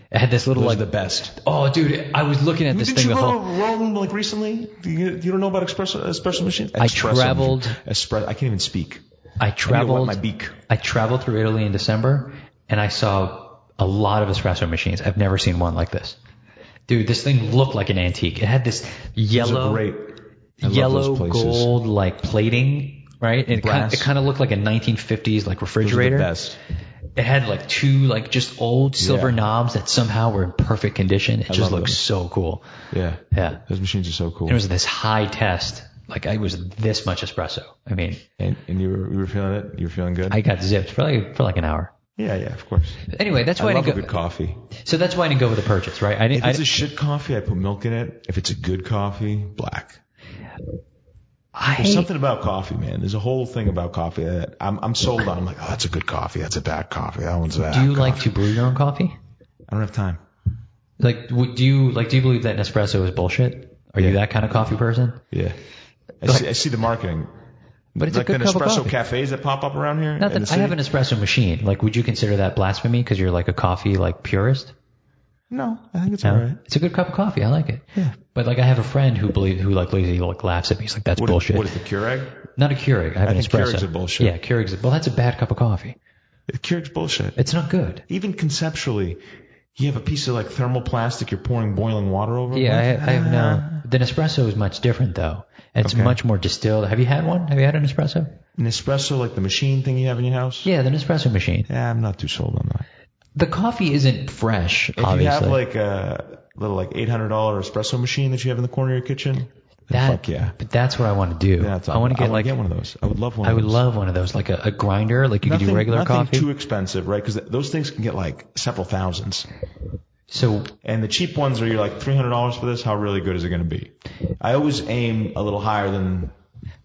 [SPEAKER 2] It had this little
[SPEAKER 1] Those
[SPEAKER 2] like
[SPEAKER 1] are the best.
[SPEAKER 2] Oh, dude, I was looking at this
[SPEAKER 1] Didn't
[SPEAKER 2] thing
[SPEAKER 1] you
[SPEAKER 2] the
[SPEAKER 1] go
[SPEAKER 2] whole.
[SPEAKER 1] to Rome like recently? Do you, you don't know about espresso, espresso machine?
[SPEAKER 2] I
[SPEAKER 1] Espresso
[SPEAKER 2] traveled-
[SPEAKER 1] machine. Espre- I can't even speak.
[SPEAKER 2] I
[SPEAKER 1] I need to wet
[SPEAKER 2] traveled.
[SPEAKER 1] my beak.
[SPEAKER 2] I traveled through Italy in December, and I saw a lot of espresso machines. I've never seen one like this. Dude, this thing looked like an antique. It had this
[SPEAKER 1] Those
[SPEAKER 2] yellow,
[SPEAKER 1] are great. I love
[SPEAKER 2] yellow
[SPEAKER 1] those places.
[SPEAKER 2] gold like plating, right? And it kind,
[SPEAKER 1] Brass.
[SPEAKER 2] it kind of looked like a 1950s like
[SPEAKER 1] Those are the
[SPEAKER 2] refrigerator.
[SPEAKER 1] best.
[SPEAKER 2] It had like two like just old silver
[SPEAKER 1] Yeah.
[SPEAKER 2] knobs that somehow were in perfect condition. It just
[SPEAKER 1] love
[SPEAKER 2] looked
[SPEAKER 1] them.
[SPEAKER 2] so cool.
[SPEAKER 1] Yeah.
[SPEAKER 2] Yeah.
[SPEAKER 1] Those machines are so cool.
[SPEAKER 2] It was this high test. Like I was this much espresso. I mean,
[SPEAKER 1] and and you, were, you were feeling it? You were feeling good?
[SPEAKER 2] I got zipped for like for like an hour.
[SPEAKER 1] yeah, yeah, of course.
[SPEAKER 2] But anyway, that's why
[SPEAKER 1] I
[SPEAKER 2] I,
[SPEAKER 1] love a
[SPEAKER 2] didn't go.
[SPEAKER 1] good coffee.
[SPEAKER 2] So that's why I didn't go with a purchase, right? I didn't.
[SPEAKER 1] If
[SPEAKER 2] I,
[SPEAKER 1] it's a shit coffee, I put milk in it. If it's a good coffee, black.
[SPEAKER 2] I-
[SPEAKER 1] There's something about coffee, man. There's a whole thing about coffee that I'm, I'm sold on. I'm like, oh, that's a good coffee. That's a bad coffee. That one's bad.
[SPEAKER 2] do you like to brew your own coffee?
[SPEAKER 1] I don't have time.
[SPEAKER 2] Like, w- do you like? Do you believe that Nespresso is bullshit? Are you
[SPEAKER 1] Yeah.
[SPEAKER 2] that kind of coffee person?
[SPEAKER 1] Yeah. I, see, I see the marketing.
[SPEAKER 2] But it's
[SPEAKER 1] like
[SPEAKER 2] a good
[SPEAKER 1] the
[SPEAKER 2] cup of
[SPEAKER 1] Nespresso
[SPEAKER 2] coffee.
[SPEAKER 1] cafes that pop up around here.
[SPEAKER 2] Not
[SPEAKER 1] in
[SPEAKER 2] that-
[SPEAKER 1] the
[SPEAKER 2] I
[SPEAKER 1] city.
[SPEAKER 2] have an espresso machine. Like, would you consider that blasphemy because you're like a coffee like purist?
[SPEAKER 1] No, I think it's
[SPEAKER 2] No?
[SPEAKER 1] all right.
[SPEAKER 2] It's a good cup of coffee. I like it. Yeah. But like, I have a friend who believes who like lazy like laughs at me. He's like, that's
[SPEAKER 1] What is-
[SPEAKER 2] bullshit.
[SPEAKER 1] what is the Keurig?
[SPEAKER 2] Not a Keurig. I have an
[SPEAKER 1] think
[SPEAKER 2] espresso.
[SPEAKER 1] Keurig's a bullshit.
[SPEAKER 2] Yeah, Keurig's. A, well, that's a bad cup of coffee.
[SPEAKER 1] The Keurig's bullshit.
[SPEAKER 2] It's not good.
[SPEAKER 1] Even conceptually, you have a piece of like thermoplastic you're pouring boiling water over.
[SPEAKER 2] Yeah, I,
[SPEAKER 1] Like,
[SPEAKER 2] I have no. The Nespresso Ah. is much different though. It's much more distilled. Have you had one? Have you had an espresso?
[SPEAKER 1] An espresso, like the machine thing you have in your house.
[SPEAKER 2] Yeah, the Nespresso machine.
[SPEAKER 1] Yeah, I'm not too sold on that.
[SPEAKER 2] The coffee isn't fresh,
[SPEAKER 1] If
[SPEAKER 2] obviously.
[SPEAKER 1] you have like a little like $800 espresso machine that you have in the corner of your kitchen,
[SPEAKER 2] that,
[SPEAKER 1] fuck yeah.
[SPEAKER 2] But that's what I want to do.
[SPEAKER 1] yeah, that's
[SPEAKER 2] I want to get
[SPEAKER 1] wanna
[SPEAKER 2] like
[SPEAKER 1] one of those. I would love one.
[SPEAKER 2] I
[SPEAKER 1] of
[SPEAKER 2] would
[SPEAKER 1] those.
[SPEAKER 2] love one of those, like a, a grinder, like you could
[SPEAKER 1] nothing,
[SPEAKER 2] do regular
[SPEAKER 1] nothing
[SPEAKER 2] coffee.
[SPEAKER 1] too expensive, right? Because those things can get like several thousands.
[SPEAKER 2] so
[SPEAKER 1] And the cheap ones are you're like three hundred dollars for this. How really good is it going to be? I always aim a little higher than.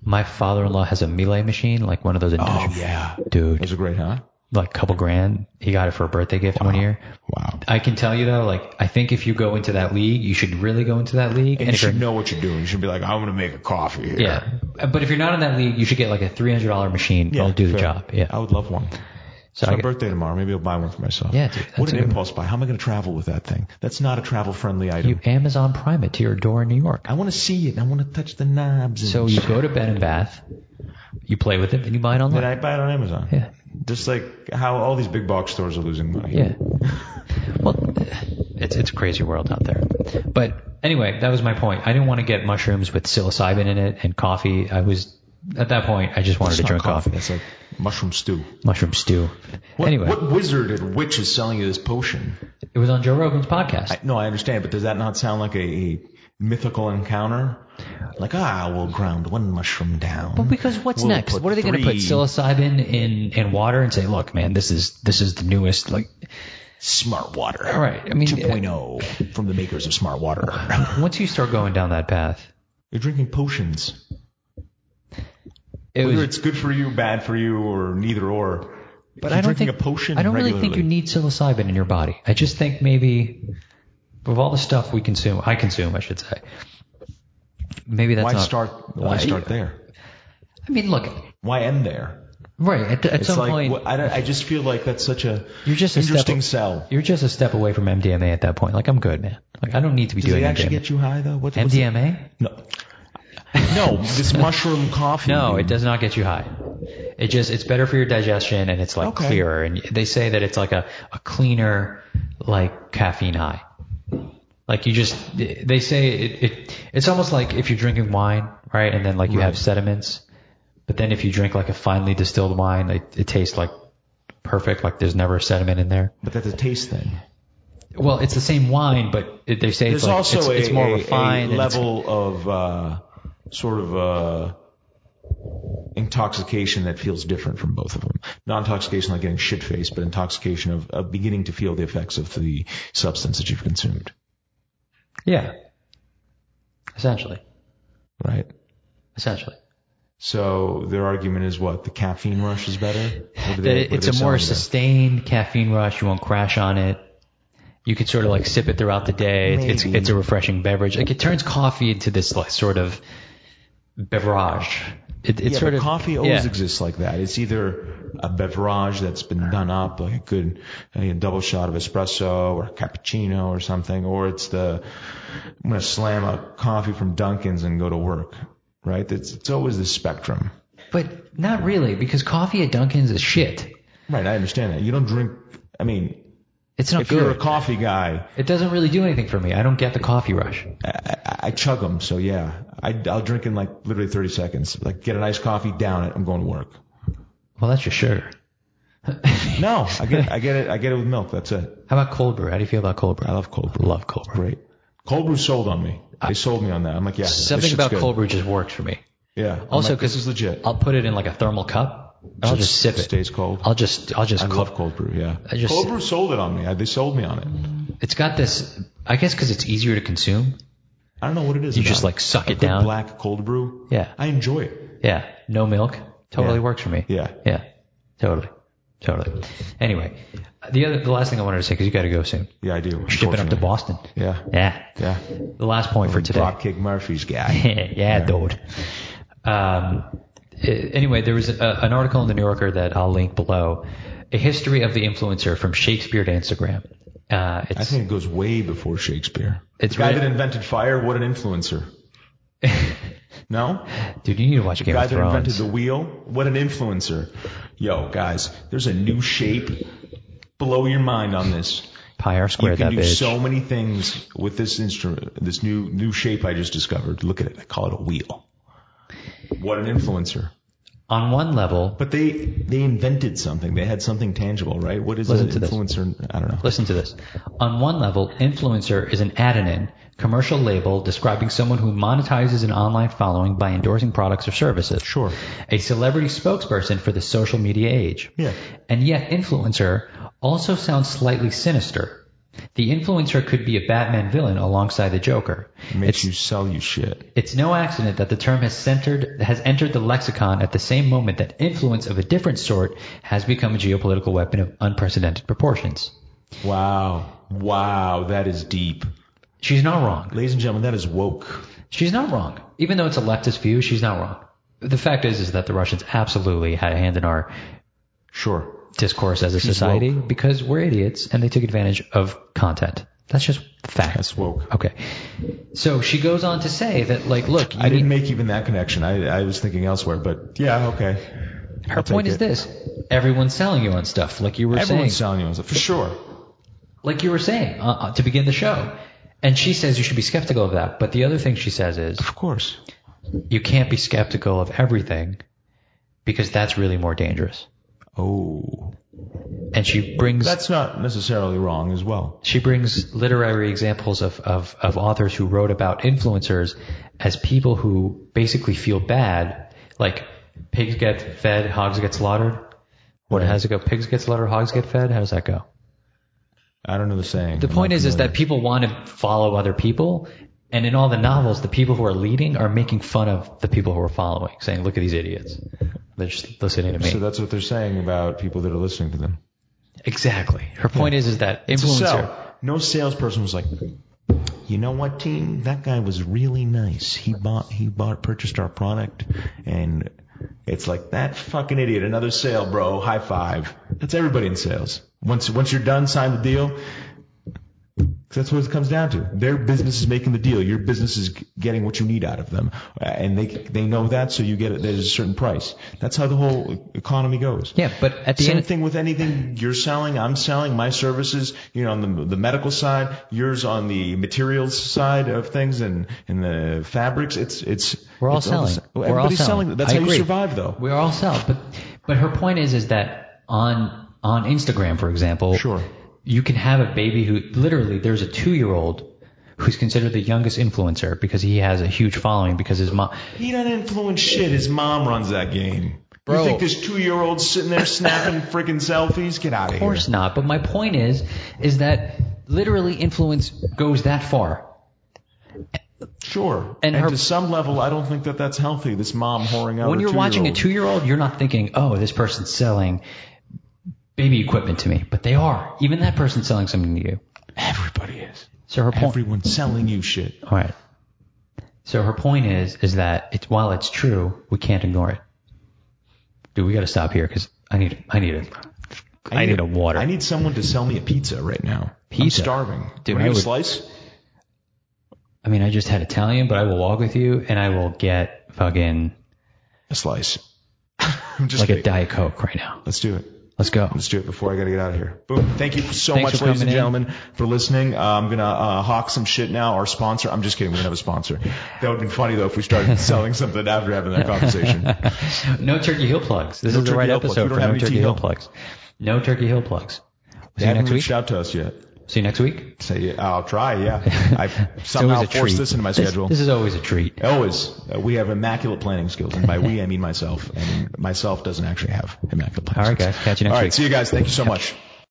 [SPEAKER 2] my father-in-law has a Miele machine, like one of those industrial.
[SPEAKER 1] Oh, yeah,
[SPEAKER 2] Dude,
[SPEAKER 1] those are great, huh?
[SPEAKER 2] like a couple grand. He got it for a birthday gift one year.
[SPEAKER 1] Wow.
[SPEAKER 2] I can tell you though, like I think if you go into that league, you should really go into that league.
[SPEAKER 1] And you
[SPEAKER 2] if you're
[SPEAKER 1] should know what you're doing. You should be like, I'm going to make a coffee here.
[SPEAKER 2] Yeah, but if you're not in that league, you should get like a three hundred dollar machine.
[SPEAKER 1] Yeah,
[SPEAKER 2] It'll do the
[SPEAKER 1] fair.
[SPEAKER 2] job. Yeah.
[SPEAKER 1] I would love one.
[SPEAKER 2] So
[SPEAKER 1] It's
[SPEAKER 2] I
[SPEAKER 1] my
[SPEAKER 2] get-
[SPEAKER 1] birthday tomorrow. Maybe I'll buy one for myself.
[SPEAKER 2] Yeah, dude,
[SPEAKER 1] What
[SPEAKER 2] that's
[SPEAKER 1] an
[SPEAKER 2] a good
[SPEAKER 1] impulse buy. How am I going to travel with that thing? That's not a travel friendly item.
[SPEAKER 2] you Amazon Prime it to your door in New York.
[SPEAKER 1] I want to see it. and I want to touch the knobs. And
[SPEAKER 2] So you go to Bed and Bath, you play with it, then you buy it
[SPEAKER 1] Then
[SPEAKER 2] online.
[SPEAKER 1] I buy it on Amazon.
[SPEAKER 2] Yeah.
[SPEAKER 1] Just like how all these big box stores are losing money.
[SPEAKER 2] Yeah. Well, it's it's a crazy world out there. But anyway, that was my point. I didn't want to get mushrooms with psilocybin in it and coffee. I was at that point. I just wanted
[SPEAKER 1] It's
[SPEAKER 2] to
[SPEAKER 1] not
[SPEAKER 2] drink coffee,
[SPEAKER 1] It's like mushroom stew.
[SPEAKER 2] mushroom stew.
[SPEAKER 1] What,
[SPEAKER 2] anyway,
[SPEAKER 1] what wizard and witch is selling you this potion?
[SPEAKER 2] it was on Joe Rogan's podcast.
[SPEAKER 1] I, no, I understand, but does that not sound like a, a mythical encounter? Like, ah, we'll ground one mushroom down.
[SPEAKER 2] Well, because what's
[SPEAKER 1] We'll
[SPEAKER 2] next?
[SPEAKER 1] put
[SPEAKER 2] What are they going to put
[SPEAKER 1] three-
[SPEAKER 2] psilocybin in in water and say, look, man, this is this is the newest like.
[SPEAKER 1] Smart water.
[SPEAKER 2] All right, I mean, uh,
[SPEAKER 1] 2.0 from the makers of smart water.
[SPEAKER 2] once you start going down that path,
[SPEAKER 1] You're drinking potions.
[SPEAKER 2] it
[SPEAKER 1] Whether
[SPEAKER 2] was.
[SPEAKER 1] it's good for you, bad for you, or neither or. But
[SPEAKER 2] I don't
[SPEAKER 1] drinking
[SPEAKER 2] think
[SPEAKER 1] a potion
[SPEAKER 2] I don't really
[SPEAKER 1] regularly.
[SPEAKER 2] think you need psilocybin in your body. I just think maybe of all the stuff we consume, I consume, I should say. Maybe that's
[SPEAKER 1] Why
[SPEAKER 2] not.
[SPEAKER 1] start? Why start there?
[SPEAKER 2] I mean, look,
[SPEAKER 1] Why end there?
[SPEAKER 2] right at, at
[SPEAKER 1] It's
[SPEAKER 2] some
[SPEAKER 1] like
[SPEAKER 2] point,
[SPEAKER 1] wh- I, don't- I just feel like that's such a
[SPEAKER 2] You're just a step-
[SPEAKER 1] interesting sell.
[SPEAKER 2] you're just a step away from MDMA at that point. Like I'm good, man. Like I don't need to be
[SPEAKER 1] Does
[SPEAKER 2] doing
[SPEAKER 1] it actually
[SPEAKER 2] MDMA.
[SPEAKER 1] get you high though? What, what's the-
[SPEAKER 2] MDMA?
[SPEAKER 1] No. No, this mushroom coffee.
[SPEAKER 2] No, it
[SPEAKER 1] dude.
[SPEAKER 2] does not get you high. It just it's better for your digestion and it's like
[SPEAKER 1] Okay.
[SPEAKER 2] clearer. And they say that it's like a, a cleaner like caffeine high. Like you just they say it, it it's almost like if you're drinking wine, right? And then like you have sediments, but then if you drink like a finely distilled wine, it, it tastes like perfect. Like there's never a sediment in there.
[SPEAKER 1] But that's a taste thing.
[SPEAKER 2] Well, it's the same wine, but it, they say
[SPEAKER 1] There's
[SPEAKER 2] it's, like,
[SPEAKER 1] also
[SPEAKER 2] it's,
[SPEAKER 1] a,
[SPEAKER 2] it's more
[SPEAKER 1] a- a
[SPEAKER 2] refined. and it's-
[SPEAKER 1] level of uh, sort of uh, intoxication that feels different from both of them. Non-intoxication, like getting shit faced, but intoxication of, of beginning to feel the effects of the substance that you've consumed.
[SPEAKER 2] yeah, essentially,
[SPEAKER 1] Right.
[SPEAKER 2] essentially.
[SPEAKER 1] So their argument is what? The caffeine rush is better? What do
[SPEAKER 2] That
[SPEAKER 1] they-
[SPEAKER 2] it,
[SPEAKER 1] what
[SPEAKER 2] it's
[SPEAKER 1] do they
[SPEAKER 2] a more
[SPEAKER 1] sell you
[SPEAKER 2] sustained caffeine rush. You won't crash on it. You could sort of like sip it throughout the day. It's- It's
[SPEAKER 1] Maybe.
[SPEAKER 2] it's a refreshing beverage. Like it turns coffee into this like sort of beverage. It, it's
[SPEAKER 1] there? Yeah,
[SPEAKER 2] sort
[SPEAKER 1] but
[SPEAKER 2] of
[SPEAKER 1] coffee always
[SPEAKER 2] yeah.
[SPEAKER 1] exists like that. It's either a beverage that's been done up, like a good a double shot of espresso or cappuccino or something, or it's the I'm gonna slam a coffee from Dunkin's and go to work, right? It's it's always the spectrum.
[SPEAKER 2] But not really, because coffee at Dunkin's is shit.
[SPEAKER 1] Right, I understand that. You don't drink. I mean,
[SPEAKER 2] It's not
[SPEAKER 1] if you're a
[SPEAKER 2] good.
[SPEAKER 1] coffee guy,
[SPEAKER 2] it doesn't really do anything for me. I don't get the coffee rush.
[SPEAKER 1] I, I chug them. So yeah, I, I'll drink in like literally 30 seconds. Like get an iced coffee, down it. I'm going to work.
[SPEAKER 2] Well, that's just sugar.
[SPEAKER 1] No, I get, I get it. I get it with milk. That's it.
[SPEAKER 2] How about cold brew? How do you feel about cold brew?
[SPEAKER 1] I love cold brew.
[SPEAKER 2] love cold brew.
[SPEAKER 1] Great. Cold brew sold on me. They sold me on that. I'm like, yeah, this
[SPEAKER 2] Uh, Something
[SPEAKER 1] shit's
[SPEAKER 2] about
[SPEAKER 1] good.
[SPEAKER 2] cold brew just works for me.
[SPEAKER 1] Yeah. I'm
[SPEAKER 2] Also,
[SPEAKER 1] like, this
[SPEAKER 2] 'cause
[SPEAKER 1] is legit.
[SPEAKER 2] I'll put it in like a thermal cup. And I'll just sip it.
[SPEAKER 1] Stays cold.
[SPEAKER 2] I'll just I'll just
[SPEAKER 1] I
[SPEAKER 2] cold.
[SPEAKER 1] love cold brew. Yeah.
[SPEAKER 2] I just-
[SPEAKER 1] cold brew sold it on me. I- They sold me on it.
[SPEAKER 2] It's got this. I guess because it's easier to consume.
[SPEAKER 1] I don't know what it is.
[SPEAKER 2] You
[SPEAKER 1] about
[SPEAKER 2] just
[SPEAKER 1] it.
[SPEAKER 2] like suck
[SPEAKER 1] A
[SPEAKER 2] it
[SPEAKER 1] good
[SPEAKER 2] down.
[SPEAKER 1] Black cold brew.
[SPEAKER 2] Yeah.
[SPEAKER 1] I enjoy it.
[SPEAKER 2] Yeah. No milk. Totally
[SPEAKER 1] Yeah.
[SPEAKER 2] works for me.
[SPEAKER 1] Yeah.
[SPEAKER 2] Yeah. Totally. Totally. Anyway, the other the last thing I wanted to say because you got to go soon.
[SPEAKER 1] Yeah, I do.
[SPEAKER 2] Shipping up to
[SPEAKER 1] unfortunately.
[SPEAKER 2] Boston.
[SPEAKER 1] Yeah.
[SPEAKER 2] Yeah.
[SPEAKER 1] Yeah.
[SPEAKER 2] The last point for today.
[SPEAKER 1] Dropkick Murphy's guy.
[SPEAKER 2] yeah, dude. Um, eh, anyway, there was a, an article in the New Yorker that I'll link below. A history of the influencer from Shakespeare to Instagram. Uh,
[SPEAKER 1] I
[SPEAKER 2] it's
[SPEAKER 1] think it goes way before Shakespeare.
[SPEAKER 2] It's
[SPEAKER 1] the guy
[SPEAKER 2] really-
[SPEAKER 1] that invented fire. What an influencer! no,
[SPEAKER 2] dude, you need to watch Game
[SPEAKER 1] guy
[SPEAKER 2] of
[SPEAKER 1] that invented
[SPEAKER 2] Thrones.
[SPEAKER 1] the wheel. What an influencer! Yo, guys, there's a new shape. Blow your mind on this.
[SPEAKER 2] Pi R
[SPEAKER 1] You
[SPEAKER 2] squared
[SPEAKER 1] can
[SPEAKER 2] that
[SPEAKER 1] do
[SPEAKER 2] bitch.
[SPEAKER 1] so many things with this instrument, this new new shape I just discovered. Look at it. I call it a wheel. What an influencer!
[SPEAKER 2] On one level,
[SPEAKER 1] But they they invented something. They had something tangible, right? What is
[SPEAKER 2] Listen
[SPEAKER 1] an
[SPEAKER 2] to this.
[SPEAKER 1] influencer? I don't know.
[SPEAKER 2] Listen to this. On one level, influencer is an adonym, commercial label describing someone who monetizes an online following by endorsing products or services.
[SPEAKER 1] Sure.
[SPEAKER 2] A celebrity spokesperson for the social media age.
[SPEAKER 1] Yeah.
[SPEAKER 2] And yet, influencer also sounds slightly sinister. The influencer could be a Batman villain alongside the Joker.
[SPEAKER 1] Makes
[SPEAKER 2] It's-
[SPEAKER 1] you sell you shit.
[SPEAKER 2] it's no accident that the term has centered has entered the lexicon at the same moment that influence of a different sort has become a geopolitical weapon of unprecedented proportions.
[SPEAKER 1] Wow. Wow. That is deep.
[SPEAKER 2] She's not wrong.
[SPEAKER 1] Ladies and gentlemen, that is woke.
[SPEAKER 2] She's not wrong. Even though it's a leftist view, she's not wrong. The fact is, is that the Russians absolutely had a hand in our
[SPEAKER 1] Sure.
[SPEAKER 2] discourse as a society because we're idiots and they took advantage of content. That's just fact.
[SPEAKER 1] That's woke.
[SPEAKER 2] okay. So she goes on to say that, like, look, you
[SPEAKER 1] I didn't
[SPEAKER 2] need-
[SPEAKER 1] make even that connection. I, I was thinking elsewhere, but yeah, okay.
[SPEAKER 2] her
[SPEAKER 1] take
[SPEAKER 2] point is
[SPEAKER 1] it.
[SPEAKER 2] this: everyone's selling you on stuff, like you were saying,
[SPEAKER 1] Everyone's selling you on stuff, for sure.
[SPEAKER 2] like you were saying uh, uh, to begin the show. And she says you should be skeptical of that. But the other thing she says is
[SPEAKER 1] Of course.
[SPEAKER 2] you can't be skeptical of everything because that's really more dangerous.
[SPEAKER 1] Oh.
[SPEAKER 2] And she brings
[SPEAKER 1] That's not necessarily wrong as well.
[SPEAKER 2] she brings literary examples of, of, of authors who wrote about influencers as people who basically feel bad. Like pigs get fed, hogs get slaughtered. What how does it go? Pigs get slaughtered, hogs get fed. How does that go?
[SPEAKER 1] I don't know the saying.
[SPEAKER 2] The point is, is that people want to follow other people, and in all the novels, the people who are leading are making fun of the people who are following, saying, "Look at these idiots. They're just listening to me."
[SPEAKER 1] So that's what they're saying about people that are listening to them.
[SPEAKER 2] exactly. Her point is, is that influencer.
[SPEAKER 1] So, no salesperson was like, you know what, team? That guy was really nice. He bought, he bought, purchased our product, and it's like that fucking idiot. Another sale, bro. High five. That's everybody in sales. Once, once you're done, sign the deal. 'Cause That's what it comes down to. Their business is making the deal. Your business is g- getting what you need out of them, Uh, and they they know that, so you get it. There's a certain price. That's how the whole economy goes.
[SPEAKER 2] Yeah, but at the
[SPEAKER 1] Same
[SPEAKER 2] end,
[SPEAKER 1] thing with anything you're selling, I'm selling, my services, you know, on the, the medical side, yours on the materials side of things and, and the fabrics. It's, it's,
[SPEAKER 2] We're all
[SPEAKER 1] it's the
[SPEAKER 2] selling.
[SPEAKER 1] sa-
[SPEAKER 2] We're all
[SPEAKER 1] everybody's
[SPEAKER 2] selling.
[SPEAKER 1] That's
[SPEAKER 2] I
[SPEAKER 1] how
[SPEAKER 2] agree.
[SPEAKER 1] you survive though.
[SPEAKER 2] We all sell, but but her point is is that on on Instagram, for example,
[SPEAKER 1] Sure.
[SPEAKER 2] you can have a baby who literally there's a two year old who's considered the youngest influencer because he has a huge following because his mom.
[SPEAKER 1] He doesn't influence shit. His mom runs that game.
[SPEAKER 2] Bro.
[SPEAKER 1] You think this two year old sitting there snapping freaking selfies? Get out of,
[SPEAKER 2] Of
[SPEAKER 1] here.
[SPEAKER 2] course not, but my point is is that literally influence goes that far.
[SPEAKER 1] Sure.
[SPEAKER 2] And
[SPEAKER 1] And,
[SPEAKER 2] her-
[SPEAKER 1] to some level, I don't think that that's healthy. This mom whoring out.
[SPEAKER 2] when
[SPEAKER 1] her
[SPEAKER 2] you're watching a
[SPEAKER 1] two-year-old.
[SPEAKER 2] two-year-old, you're not thinking, "Oh, this person's selling baby equipment to me," but they are. Even that person's selling something to you.
[SPEAKER 1] everybody is.
[SPEAKER 2] So her point.
[SPEAKER 1] Everyone's selling you shit.
[SPEAKER 2] all right. So her point is, is that it's while it's true, we can't ignore it. Dude, we got to stop here because I need, I need a, I need a water.
[SPEAKER 1] I need someone to sell me a pizza right now.
[SPEAKER 2] Pizza?
[SPEAKER 1] I'm starving.
[SPEAKER 2] Dude,
[SPEAKER 1] Dude, Are
[SPEAKER 2] I
[SPEAKER 1] you a
[SPEAKER 2] would-
[SPEAKER 1] slice?
[SPEAKER 2] I mean, I just had Italian, but I will walk with you and I will get fucking
[SPEAKER 1] A slice. I'm just
[SPEAKER 2] like a
[SPEAKER 1] kidding.
[SPEAKER 2] Diet Coke right now.
[SPEAKER 1] Let's do it.
[SPEAKER 2] Let's go.
[SPEAKER 1] Let's do it before I got to get out of here. Boom. Thank you so
[SPEAKER 2] Thanks
[SPEAKER 1] much,
[SPEAKER 2] for
[SPEAKER 1] ladies and
[SPEAKER 2] coming in.
[SPEAKER 1] gentlemen, for listening. Uh, I'm going to uh, hawk some shit now. Our sponsor. I'm just kidding. We don't have a sponsor. That would have been funny, though, if we started selling something after having that conversation.
[SPEAKER 2] No turkey heel plugs. This is the
[SPEAKER 1] turkey
[SPEAKER 2] right
[SPEAKER 1] heel plugs.
[SPEAKER 2] episode
[SPEAKER 1] We don't
[SPEAKER 2] for
[SPEAKER 1] have
[SPEAKER 2] no
[SPEAKER 1] any
[SPEAKER 2] turkey
[SPEAKER 1] tea hill.
[SPEAKER 2] heel plugs. No turkey heel plugs.
[SPEAKER 1] they
[SPEAKER 2] See you
[SPEAKER 1] haven't
[SPEAKER 2] next week.
[SPEAKER 1] reached out to us yet.
[SPEAKER 2] See you next week.
[SPEAKER 1] So, yeah, I'll try, yeah. I've
[SPEAKER 2] It's always
[SPEAKER 1] somehow
[SPEAKER 2] a treat.
[SPEAKER 1] forced this into my
[SPEAKER 2] This-
[SPEAKER 1] schedule.
[SPEAKER 2] This is always a treat.
[SPEAKER 1] Always. Uh, we have immaculate planning skills. And by we, I mean myself. And myself doesn't actually have immaculate planning
[SPEAKER 2] All right,
[SPEAKER 1] skills.
[SPEAKER 2] guys. Catch you next
[SPEAKER 1] All right.
[SPEAKER 2] week.
[SPEAKER 1] See you guys. Thank you so much.